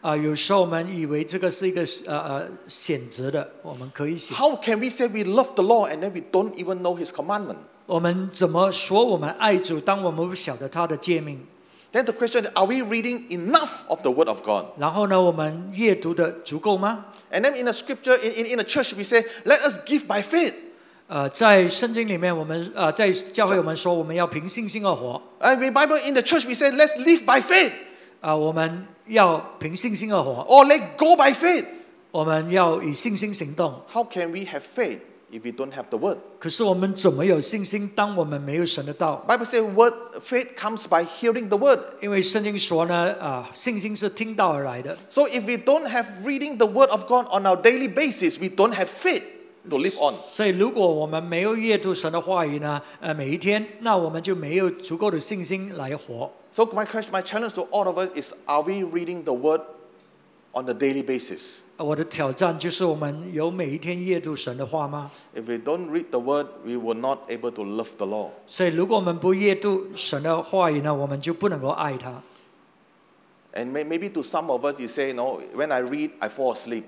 啊、有时候我们以为这个是一个呃呃选择的，我们可以选。
How can we say we love the law and then we don't even know His commandment?
我们怎么说我们爱主，当我们不晓得他的诫命？
Then the question are we reading enough of the Word of God?
然后呢，我们阅读的足够吗？
And then in the scripture, in, in, in the church, we say, let us give by faith.
呃，在圣经里面，我们呃在教会我们说我们要凭信心而活，
And we Bible in the church, we say, let's live by faith
啊、我们要凭信心而活，
or let go by faith.
我们要以信心行动。
How can we have faith if we don't have the Word?
可是我们怎么有信心？当我们没有神的道，
Bible says, word, faith comes by hearing the Word.
因为圣经说呢，啊、信心是听到而来的。
So if we don't have reading the Word of God on our daily basis, we don't have faith to live on.
所以，如果我们没有阅读神的话语呢，呃，每一天，那我们就没有足够的信心来活。
So my question, my challenge to all of us is: Are we reading the Word on a daily basis?
呃我的挑战就是，我们有每一天阅读神的话吗？
If we don't read the Word, we will not able to love the law.
所以，如果我们不阅读神的话语呢，我们就不能够爱他。
And may, maybe to some of us, you say, "No, when I read, I fall asleep."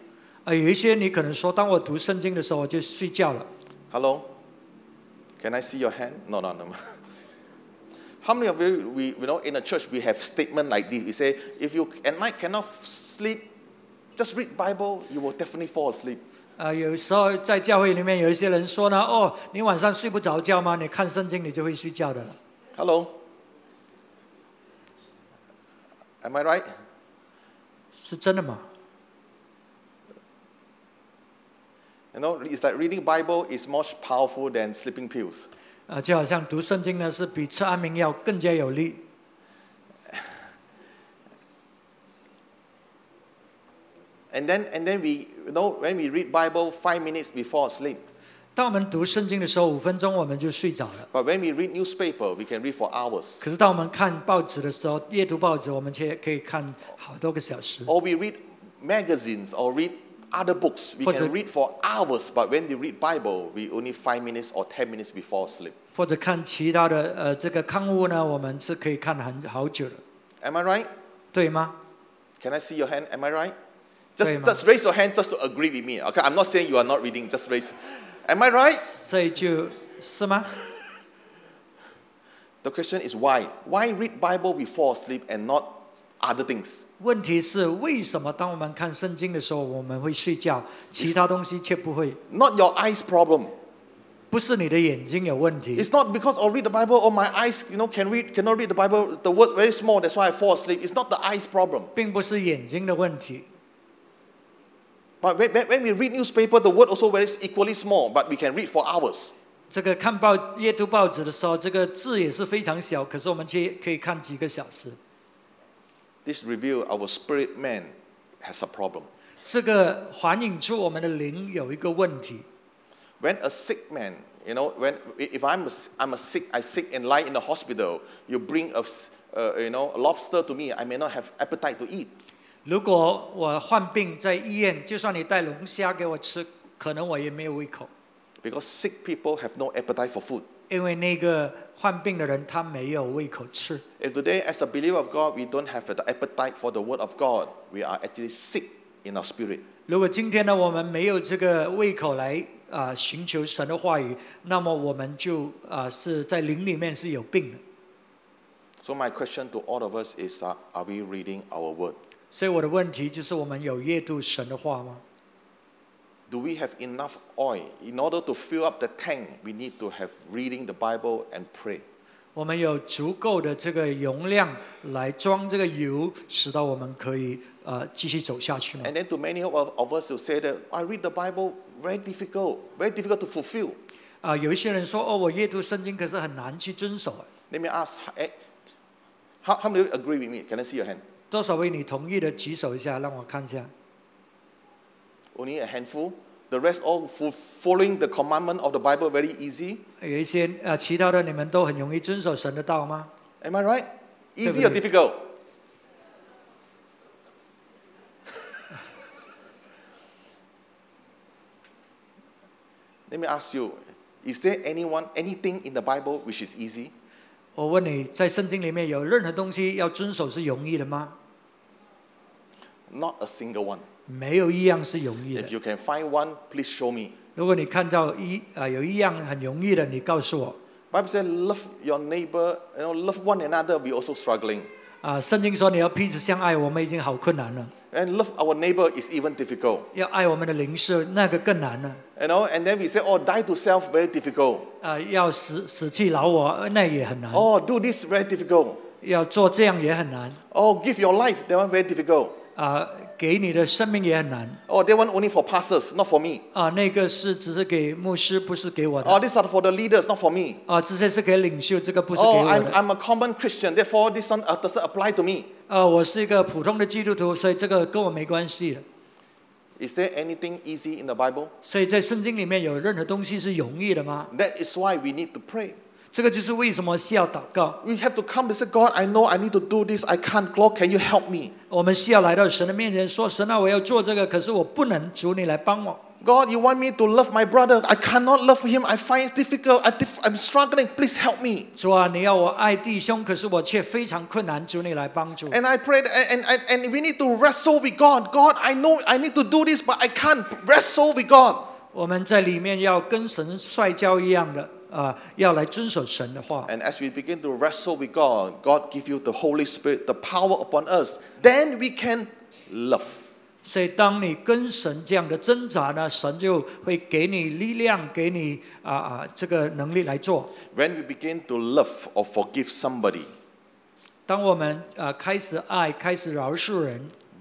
呃，有一些你可能说，当我读圣经的时候，我就睡觉了。
Hello, can I see your hand? No, no, no. How many of you, we, you know, in a church, we have statement like this. We say, if you at night cannot sleep, just read Bible. You will definitely fall asleep.
呃，有时候在教会里面有一些人说呢，哦，你晚上睡不着觉吗？你看圣经你就会睡觉的了。
Hello. Am I right?
是真的吗？
You know, it's like reading Bible is much powerful than sleeping pills.
呃，就好像读圣经呢，是比吃安眠药更加有力。
And then, and then we, you know, when we read Bible, five minutes we fall asleep.
当我们读圣经的时候，五分钟我们就睡着了。
But when we read newspaper, we can read for hours.
可是当我们看报纸的时候，阅读报纸，我们却可以看好多个小时。
Or we read magazines or read other books. We
For
can
the-
read for hours. But when we read Bible, we only five minutes or ten minutes we fall asleep.
或者看其他的呃这个刊物呢，我们是可以看很好久的，
Am I right?
对吗？
Can I see your hand? Am I right? Just,
Very much.
just raise your hand just to agree with me. Okay, I'm not saying you are not reading, just raise. Am I right?
所以就是吗？
The question is why? Why read Bible we fall asleep and not other things?
问题是为什么当我们看圣经的时候，我们会睡觉，其他东西却不会？
Not your eyes problem.
不是你的眼睛有问题，
It's not because I read the Bible or my eyes, you know, can read, cannot read the Bible, the word very small, that's why I fall asleep. It's not the eyes problem.
并不是眼睛的问题。
But when, when when we read newspaper, the word also very equally small, but we can read for hours.
这个看报阅读报纸的时候，这个字也是非常小，可是我们却可以看几个小时。
This reveal our spirit man has a problem.
这个反映出我们的灵有一个问题。
When a sick man, you know, when if I'm a, s- I'm a sick, I sick and lie in the hospital, you bring a, s- uh, you know, a lobster to me, I may not have appetite to eat.
如果我患病在医院，就算你带龙虾给我吃，可能我也没有胃口，
Because sick people have no appetite for food.
因为那个患病的人他没有胃口吃。
If today, as a believer of God, we don't have the appetite for the Word of God, we are actually sick in our spirit.
如果今天呢，我们没有这个胃口来啊、寻求神的话语，那么我们就啊、是在灵里面是有病的。
So, my question to all of us is uh, Are we reading our Word?
所以我的问题就是，我们有阅读神的话吗？
Do we have enough oil? In order to fill up the tank, we need to have reading the Bible and pray.
我们有足够的这个容量来装这个油，使到我们可以呃继续走下去吗？
And then, to many of, of us who say that I read the Bible, very difficult, very difficult to fulfill.
啊、有一些人说哦，我阅读圣经，可是很难去遵守。
Let me ask, eh, how, how many of you agree with me? Can I see your hand?
多少位你同意的举手一下，让我看一下。
Only a handful. The rest all fo- following the commandment of the Bible very easy.
有一些呃，其他的你们都很容易遵守神的道吗？
Am I right? Easy or
Definitely.
difficult? Let me ask you, is there anyone, anything in the Bible which is easy?
我问你，在圣经里面有任何东西要遵守是容易的吗？
Not a single one.
没有一样是容易
If
的。
you can find one, please show me.
如果你看到一啊、有一样很容易的，你告诉我。
Bible says, love your neighbor, you know, love one another, we also struggling.
啊、啊，圣经说你要彼此相爱，我们已经好困难了，
And love our neighbor is even difficult.
要爱我们的邻舍那个更难了。
You know, and then we say, oh, die to self, very difficult.
啊，要死死去老我那也很难，
Oh, do this, very difficult.
要做这样也很难，
Oh, give your life, that one, very difficult.
啊，给你的生命也很难，
Oh, that one only for pastors, not for me.
啊，那个是只是给牧师，不是给我的，
Oh, these are for the leaders, not for me.
啊，这些是给领袖，这个不是给
Oh,
我
I'm,
的。
I'm a common Christian, therefore this one uh, doesn't apply to me.
呃，我是一个普通的基督徒，所以这个跟我没关系。
Is there anything easy in the Bible?
所以在圣经里面有任何东西是容易的吗？
That is why we need to pray.
这个就是为什么需要祷告，
We have to come to say, God, I know I need to do this. I can't. Lord, can you help me?
我们需要来到神的面前说：“神啊，我要做这个，可是我不能，求你来帮我。
God, you want me to love my brother. I cannot love him. I find it difficult. I dif- I'm struggling. Please help me.
主啊，你要我爱弟兄，可是我却非常困难，求你来帮助。
And I prayed, and, and, and we need to wrestle with God. God, I know I need to do this, but I can't wrestle with God. ”
我们在里面要跟神摔跤一样的啊、要来遵守神的话。
And as we begin to wrestle with God, God give you the Holy Spirit, the power upon us. Then we can love.
所以，当你跟神这样的挣扎呢，神就会给你力量，给你啊啊、这个能力来做。
When we begin to love or forgive somebody,
当我们啊、开始爱，开始饶恕人，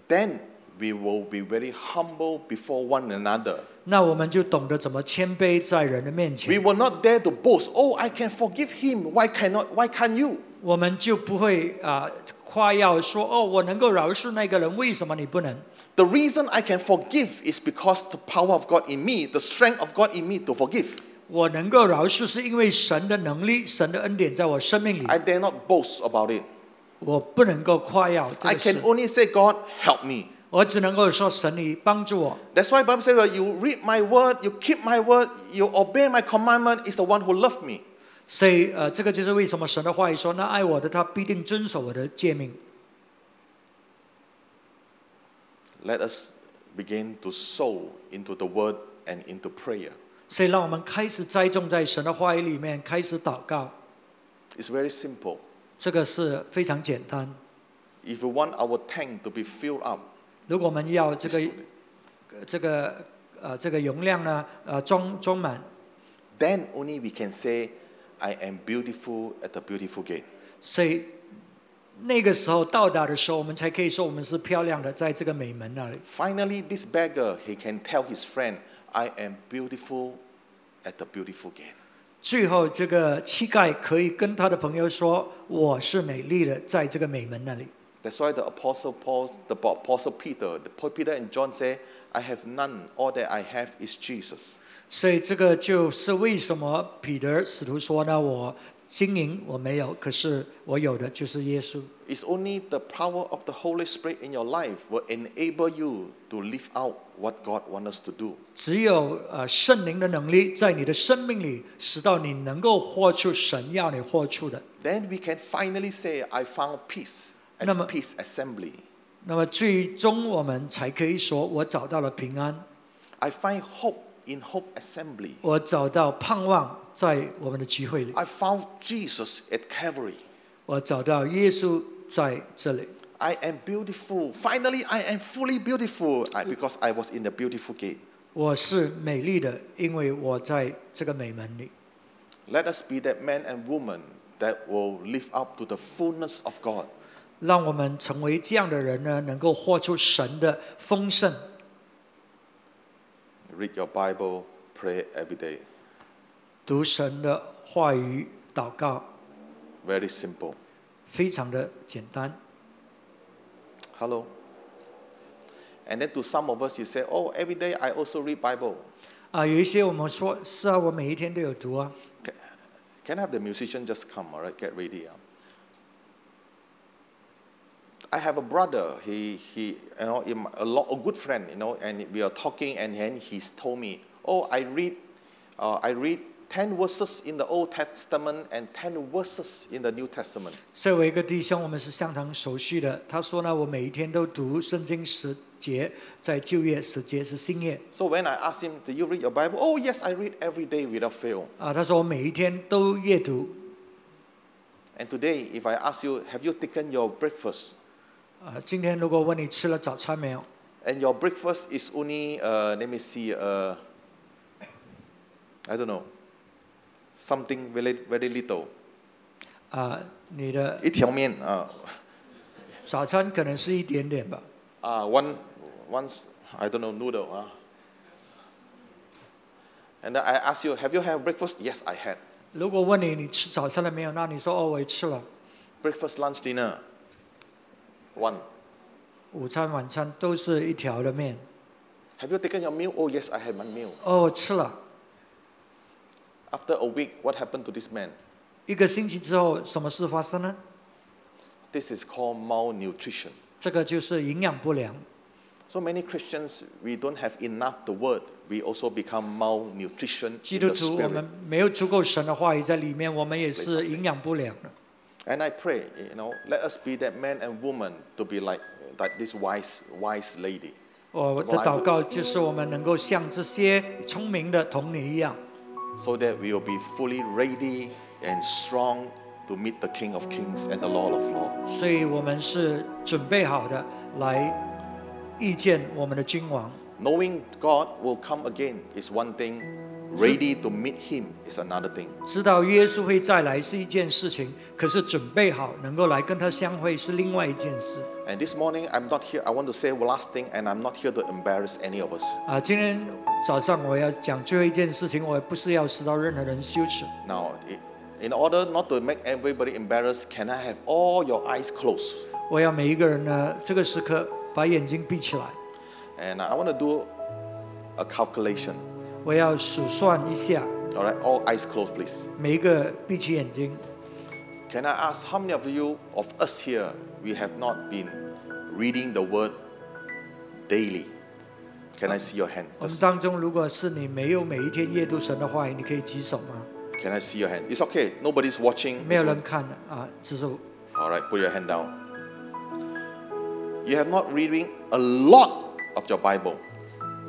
then we will be very humble before one another.
那我们就懂得怎么谦卑在人的面
We
前，
will not dare to boast, oh, I can forgive him. Why cannot? Why can't you?
我们就不会啊、夸耀说哦，我能够饶恕那个人，为什么你不能？
The reason I can forgive is because the power of God in me, the strength of God in me to forgive.
我能够饶恕是因为神的能力、神的恩典在我生命里，
I dare not boast about it.
我不能够夸耀这
I
个
can
事，
only say, God, help me.
我只能够说神，你帮助我。
That's why Bible says, well, you read my word, you keep my word, you obey my commandment, is the one who loved me.
所以呃，这个就是为什么神的话语说，那爱我的他必定遵守我的诫命。
Let us begin to sow into the word and into prayer.
所以让我们开始栽种在神的话语里面，开始祷告，
It's very simple.
这个是非常简单。
If you want our tank to be filled up,
如果我们要这
just
个
do that.
呃这个呃这个容量呢，呃装装满，
then only we can say, I am beautiful at the beautiful gate.
所以那个时候到达的时候，我们才可以说我们是漂亮的，在这个美门那里。
Finally, this beggar, he can tell his friend, I am beautiful at the beautiful gate.
最后，这个乞丐可以跟他的朋友说：“我是美丽的，在这个美门那里。
That's why the apostle Paul, the po- apostle Peter, the po- Peter and John say, I have none. All that I have is Jesus. ”
所以，这个就是为什么彼得使徒说呢：“我金银我没有，可是我有的就是耶稣。
It's only the power of the Holy Spirit in your life will enable you to live out what God wants us to do. ”
只有呃圣灵的能力在你的生命里，使到你能够活出神要你活出的。
Then we can finally say, I found peace at
那么-
Peace Assembly.
那么最终我们才可以说，我找到了平安，
I find hope in Hope Assembly.
我找到盼望在我们的聚会里，
I found Jesus at Calvary.
我找到耶稣在这里。
I am beautiful. Finally, I am fully beautiful I- because I was in the beautiful gate.
我是美丽的，因为我在这个美门里。
Let us be that man and woman that will live up to the fullness of God.
让我们成为这样的人呢，能够活出神的丰盛。
Read your Bible, pray every day.
读神的话语，祷告，
Very simple.
非常的简单。
Hello. And then to some of us, you say, "Oh, every day I also read Bible."
啊，有一些我们说是啊，我每一天都有读啊。
Ca- Can I have the musician just come? All right, get ready. ah. I have a brother. He he, you know, in my- a, lo- a good friend. You know, and we are talking, and then he's told me, "Oh, I read, uh, I read." 10 verses in the Old Testament and 10 verses in the New Testament.
作为一个弟兄，我们是相当熟悉的。他说呢，我每一天都读圣经十节，在旧约十节是新约
So when I asked him, Do you read your Bible? Oh,
啊
yes, I read every day without fail.
啊。他说我每一天都阅读，
And today, if I ask you, have you taken your breakfast?
呃，今天如果问你吃了早餐没有，
And your breakfast is only, uh, let me see, uh, I don't know, something very, very little.
啊、你的
一条面, uh,
早餐可能是一点点吧，
uh, one, one, I don't know, noodle. Uh. And I ask you, have you had breakfast? Yes, I had.
如果问你你吃早餐了没有，那你说哦我也吃了，
Breakfast, lunch, dinner. One.
午餐晚餐都是一条的面，
Have you taken your meal? Oh, yes, I had my meal.
哦我吃了，
After a week, what happened to this man?
一个星期之后什么事发生呢？
This is called malnutrition.
这个就是营养不良。
So many Christians, we don't have enough the word. We also become malnutrition
基
in
督
the
徒，我
spirit.
们没有足够神的话语在里面，我们也是营养不良的。
And I pray, you know, let us be that man and woman to be like, like this wise, wise lady.
我的祷告就是我们能够像这些聪明的童女一样，
so that we will be fully ready and strong to meet the King of Kings and the Lord of Lords.
所以我们是准备好的来遇见我们的君王。
Knowing God will come again is one thing, ready to meet Him is another thing.
知道耶稣会再来是一件事情，可是准备好能够来跟他相会是另外一件事。
And this morning, I'm not here, I want to say one last thing, and I'm not here to embarrass any of us.
啊，今天早上我要讲最后一件事情，我也不是要使到任何人羞耻。
Now, i- in order not to make everybody embarrassed, can I have all your eyes closed?
我要每一个人呢，这个时刻把眼睛闭起来，
And I want to do a calculation.
我要数算一下，
All right, all eyes closed, please.
每一个闭起眼睛。
Can I ask how many of you, of us here, we have not been reading the word daily? Can I see your hand?
我们
Just,
当中，如果是你没有每一天阅读神的话语，你可以举手吗？
can I see your hand? It's okay. Nobody's watching.
没有
It's
人看的啊，只是
o- All right, put your hand down. You have not reading a lot of your Bible.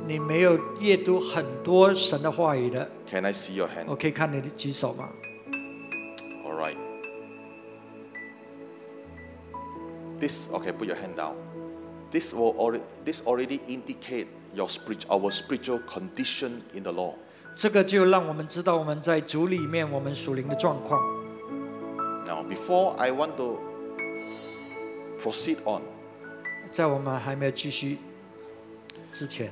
你没有阅读很多神的话语的，
Can I see your hand?
我可以看你的举手吗？
All right. This okay, put your hand down. This will already this already indicate your spirit, our spiritual condition in the Lord.
这个就让我们知道我们在主里面我们属灵的状况。
Now, before I want to proceed on,
在我们还没有继续之前，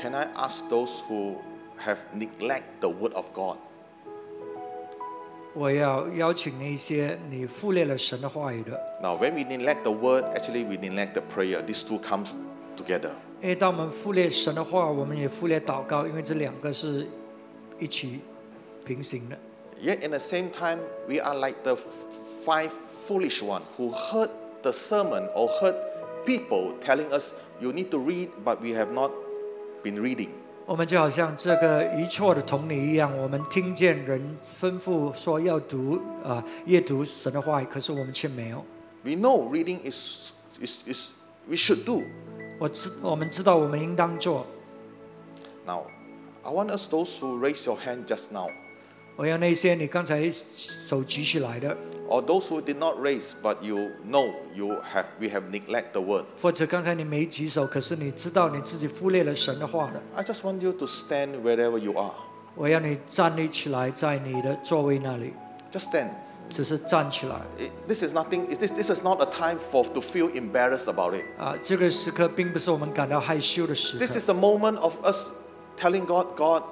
can I ask those who have neglected the Word of God?
我要邀请那些你忽略了神的话语的，
Now, when we neglect the Word, actually we neglect the prayer. These two comes together.
因为当我们忽略神的话，我们也忽略祷告，因为这两个是一起平行的。
Yet, in the same time, we are like the f- five foolish one who heard the sermon or heard people telling us, "You need to read," but we have not been reading.
我们就好像这个一错的童女一样，我们听见人吩咐说要读啊、阅读神的话语，可是我们却没有。
We know reading is is is we should do,
我知我们知道我们应当做，
Now, I want us those who raise your hand just now,
我要那些你刚才手举起来的，
or those who did not raise but you know you have we have neglected the word.
或者刚才你没举手，可是你知道你自己忽略了神的话的，
I just want you to stand wherever you are.
我要你站立起来，在你的座位那里，
Just stand.
只是站起来。
It- this is nothing. This this is not a time for to feel embarrassed about it.
啊，这个时刻并不是我们感到害羞的时
This
刻，
is a moment of us telling God, God,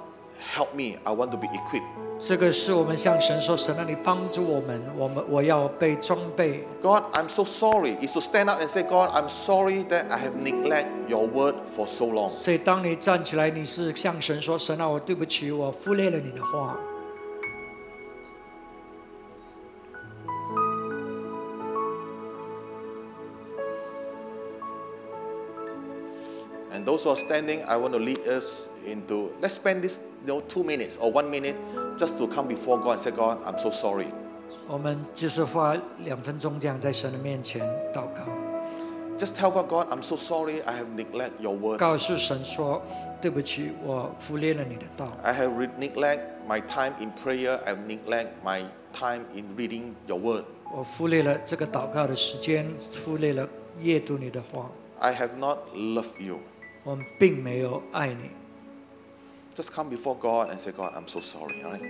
help me. I want to be equipped.
这个是我们向神说：“神啊，你帮助我们，我们我要被装备。
God, I'm so sorry. Is to stand up and say, God, I'm sorry that I have neglected your word for so long. ”
所以，当你站起来，你是向神说：“神啊，我对不起，我忽略了你的话。
And those who are standing, I want to lead us into let's spend this you know, two minutes or one minute just to come before God and say, God, I'm so sorry. ”
我们就是花两分钟这样在神的面前祷告，
Just tell God, God, I'm so sorry I have neglected your word.
告诉神说对不起，我忽略了你的道。
I have re- neglect my time in prayer. I have neglect my time in reading your word.
我忽略了这个祷告的时间，忽略了阅读你的话，
I have not loved you.
我们并没有爱你。
Just come before God and say, God, I'm so sorry. All right.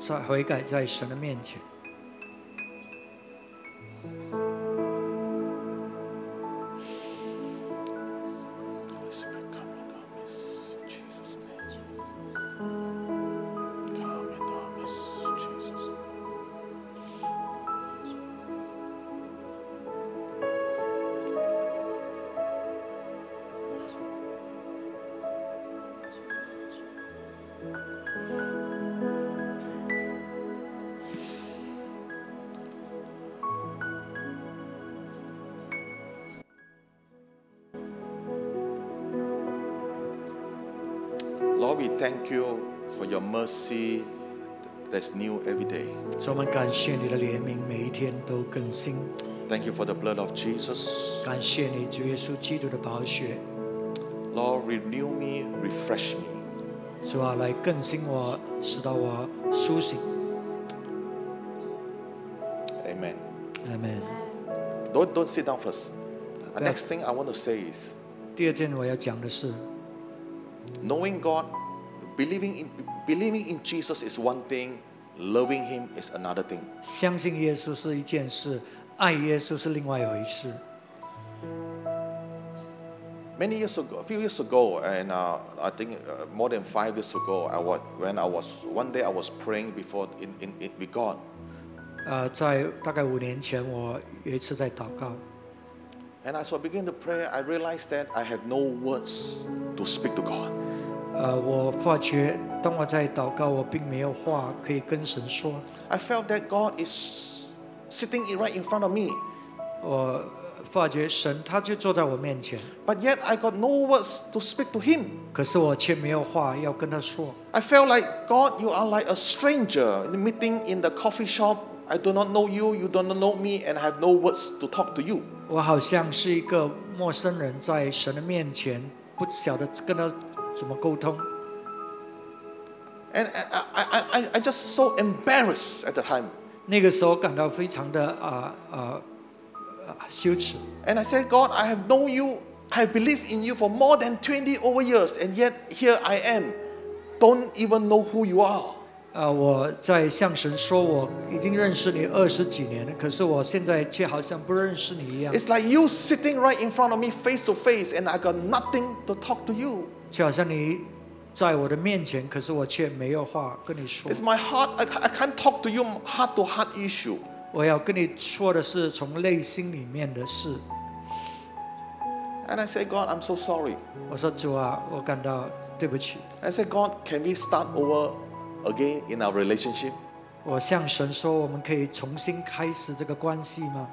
在悔改在神的面前。
Holy Spirit, come into our midst in Jesus' name. Come into our midst in Jesus' name. Lord, we thank you for your mercy that's new every day.
主，我们感谢你的怜悯，每一天都更新。
Thank you for the blood of Jesus.
感谢你，主耶稣基督的宝血。
Lord, renew me, refresh me.
主啊，来更新我，使到我苏醒。
Amen.
Amen。
Don't, don't sit down first. The
Okay.
next thing I want to say is
第二件我要讲的是，
knowing God, believing in, believing in Jesus is one thing, loving Him is another thing.
相信耶稣是一件事，爱耶稣是另外一回事。
Many years ago, a few years ago, and uh, I think uh, more than five years ago, I was, when I was one day I was praying before in, in, in with God,
呃，在大概五年前，我有一次在祷告，
and as I began to pray, I realized that I have no words to speak to God.
呃，我发觉当我在祷告，我并没有话可以跟神说，
I felt that God is sitting right in front of me,
我发觉神他就坐在我面前，
but yet I got no words to speak to Him.
可是我却没有话要跟他说。
I felt like God, you are like a stranger in the meeting in the coffee shop. I do not know you, you do not know me, and I have no words to talk to you.
我好像是一个陌生人，在神的面前，不晓得跟他怎么沟通。
And I, I, I- I, I just so embarrassed at the time.
那个时候感到非常的啊啊啊羞耻。
And I said, God, I have known you, I believe in you for more than 20 over years, and yet here I am. Don't even know who you are.
啊，我在向神说，我已经认识你二十几年了，可是我现在却好像不认识你一样，
It's like you sitting right in front of me face to face, and I got nothing to talk to you.
就好像你在我的面前，可是我却没有话跟你说
It's。my heart, I, ca- I can't talk to you, heart to heart issue.
我要跟你说的是从内心里面的事。
And I said, God, I'm so sorry.
我说主啊，我感到对不起。
I said, God, can we start over again in our relationship?
我向神说，我们可以重新开始这个关系吗？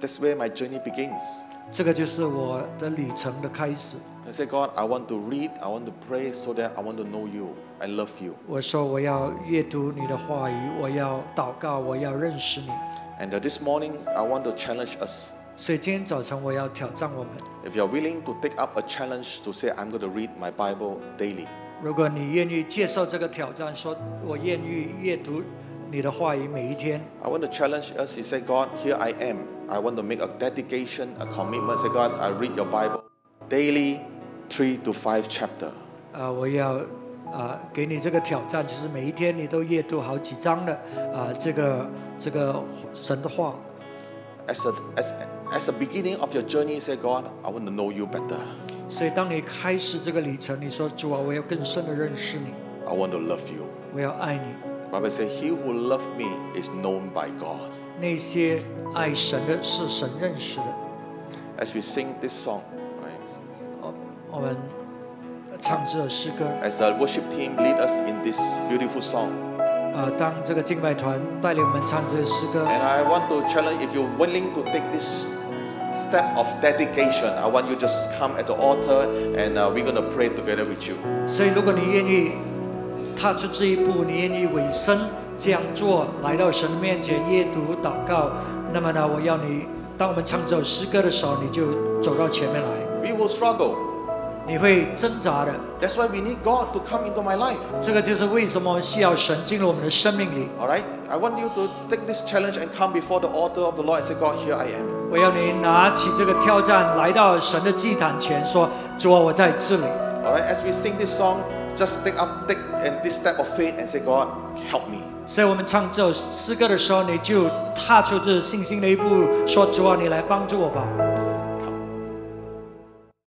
That's where my journey begins.
这个就是我的旅程的开始。
I said, God, I want to read, I want to pray so that I want to know you. I love you.
我说我要阅读你的话语，我要祷告，我要认识你。
And uh, this morning, I want to challenge us.
所以今天早晨我要挑战我们：
If you're willing to take up a challenge to say, I'm going to read my Bible daily,
如果你愿意接受这个挑战，说我愿意阅读你的话语每一天。
I want to challenge us. He said, God, here I am. I want to make a dedication, a commitment. Say, God, I read your Bible daily, three to five chapter.
啊，我要啊给你这个挑战，就是每一天你都阅读好几章的啊这个这个神的话。
As a, as, as a beginning of your journey, say, God, I want to know you better.
所以当你开始这个旅程，你说主啊，我要更深的认识你，
I want to love you.
我要爱你。
Bible says, He who loves me is known by God.
那些爱神的是神认识的。
As we sing this song, right?
我我们唱这首诗歌，
As the worship team lead us in this beautiful song.
呃，当这个敬拜团带领我们唱这首诗歌
And，I want to challenge if you're willing to take this step of dedication, I want you to just come at the altar and uh, we're going to pray together with you.
所以如果你愿意踏出这一步，你愿意委身这样做，来到神面前阅读祷告，那么呢，我要你，当我们唱这首诗歌的时候，你就走到前面来。
we will struggle.
你会挣扎的。
That's why we need God to come into my life.
这个就是为什么需要神进入我们的生命里。
All right? I want you to take this challenge and come before the altar of the Lord and say, God, here I am.
我要你拿起这个挑战，来到神的祭坛前，说：“主啊，我在这里。
All right? As we sing this song, just take up, take and this step of faith and say, God, help me. ”
所以我们唱这首诗歌的时候，你就踏出这信心的一步，说：“主啊，你来帮助我吧。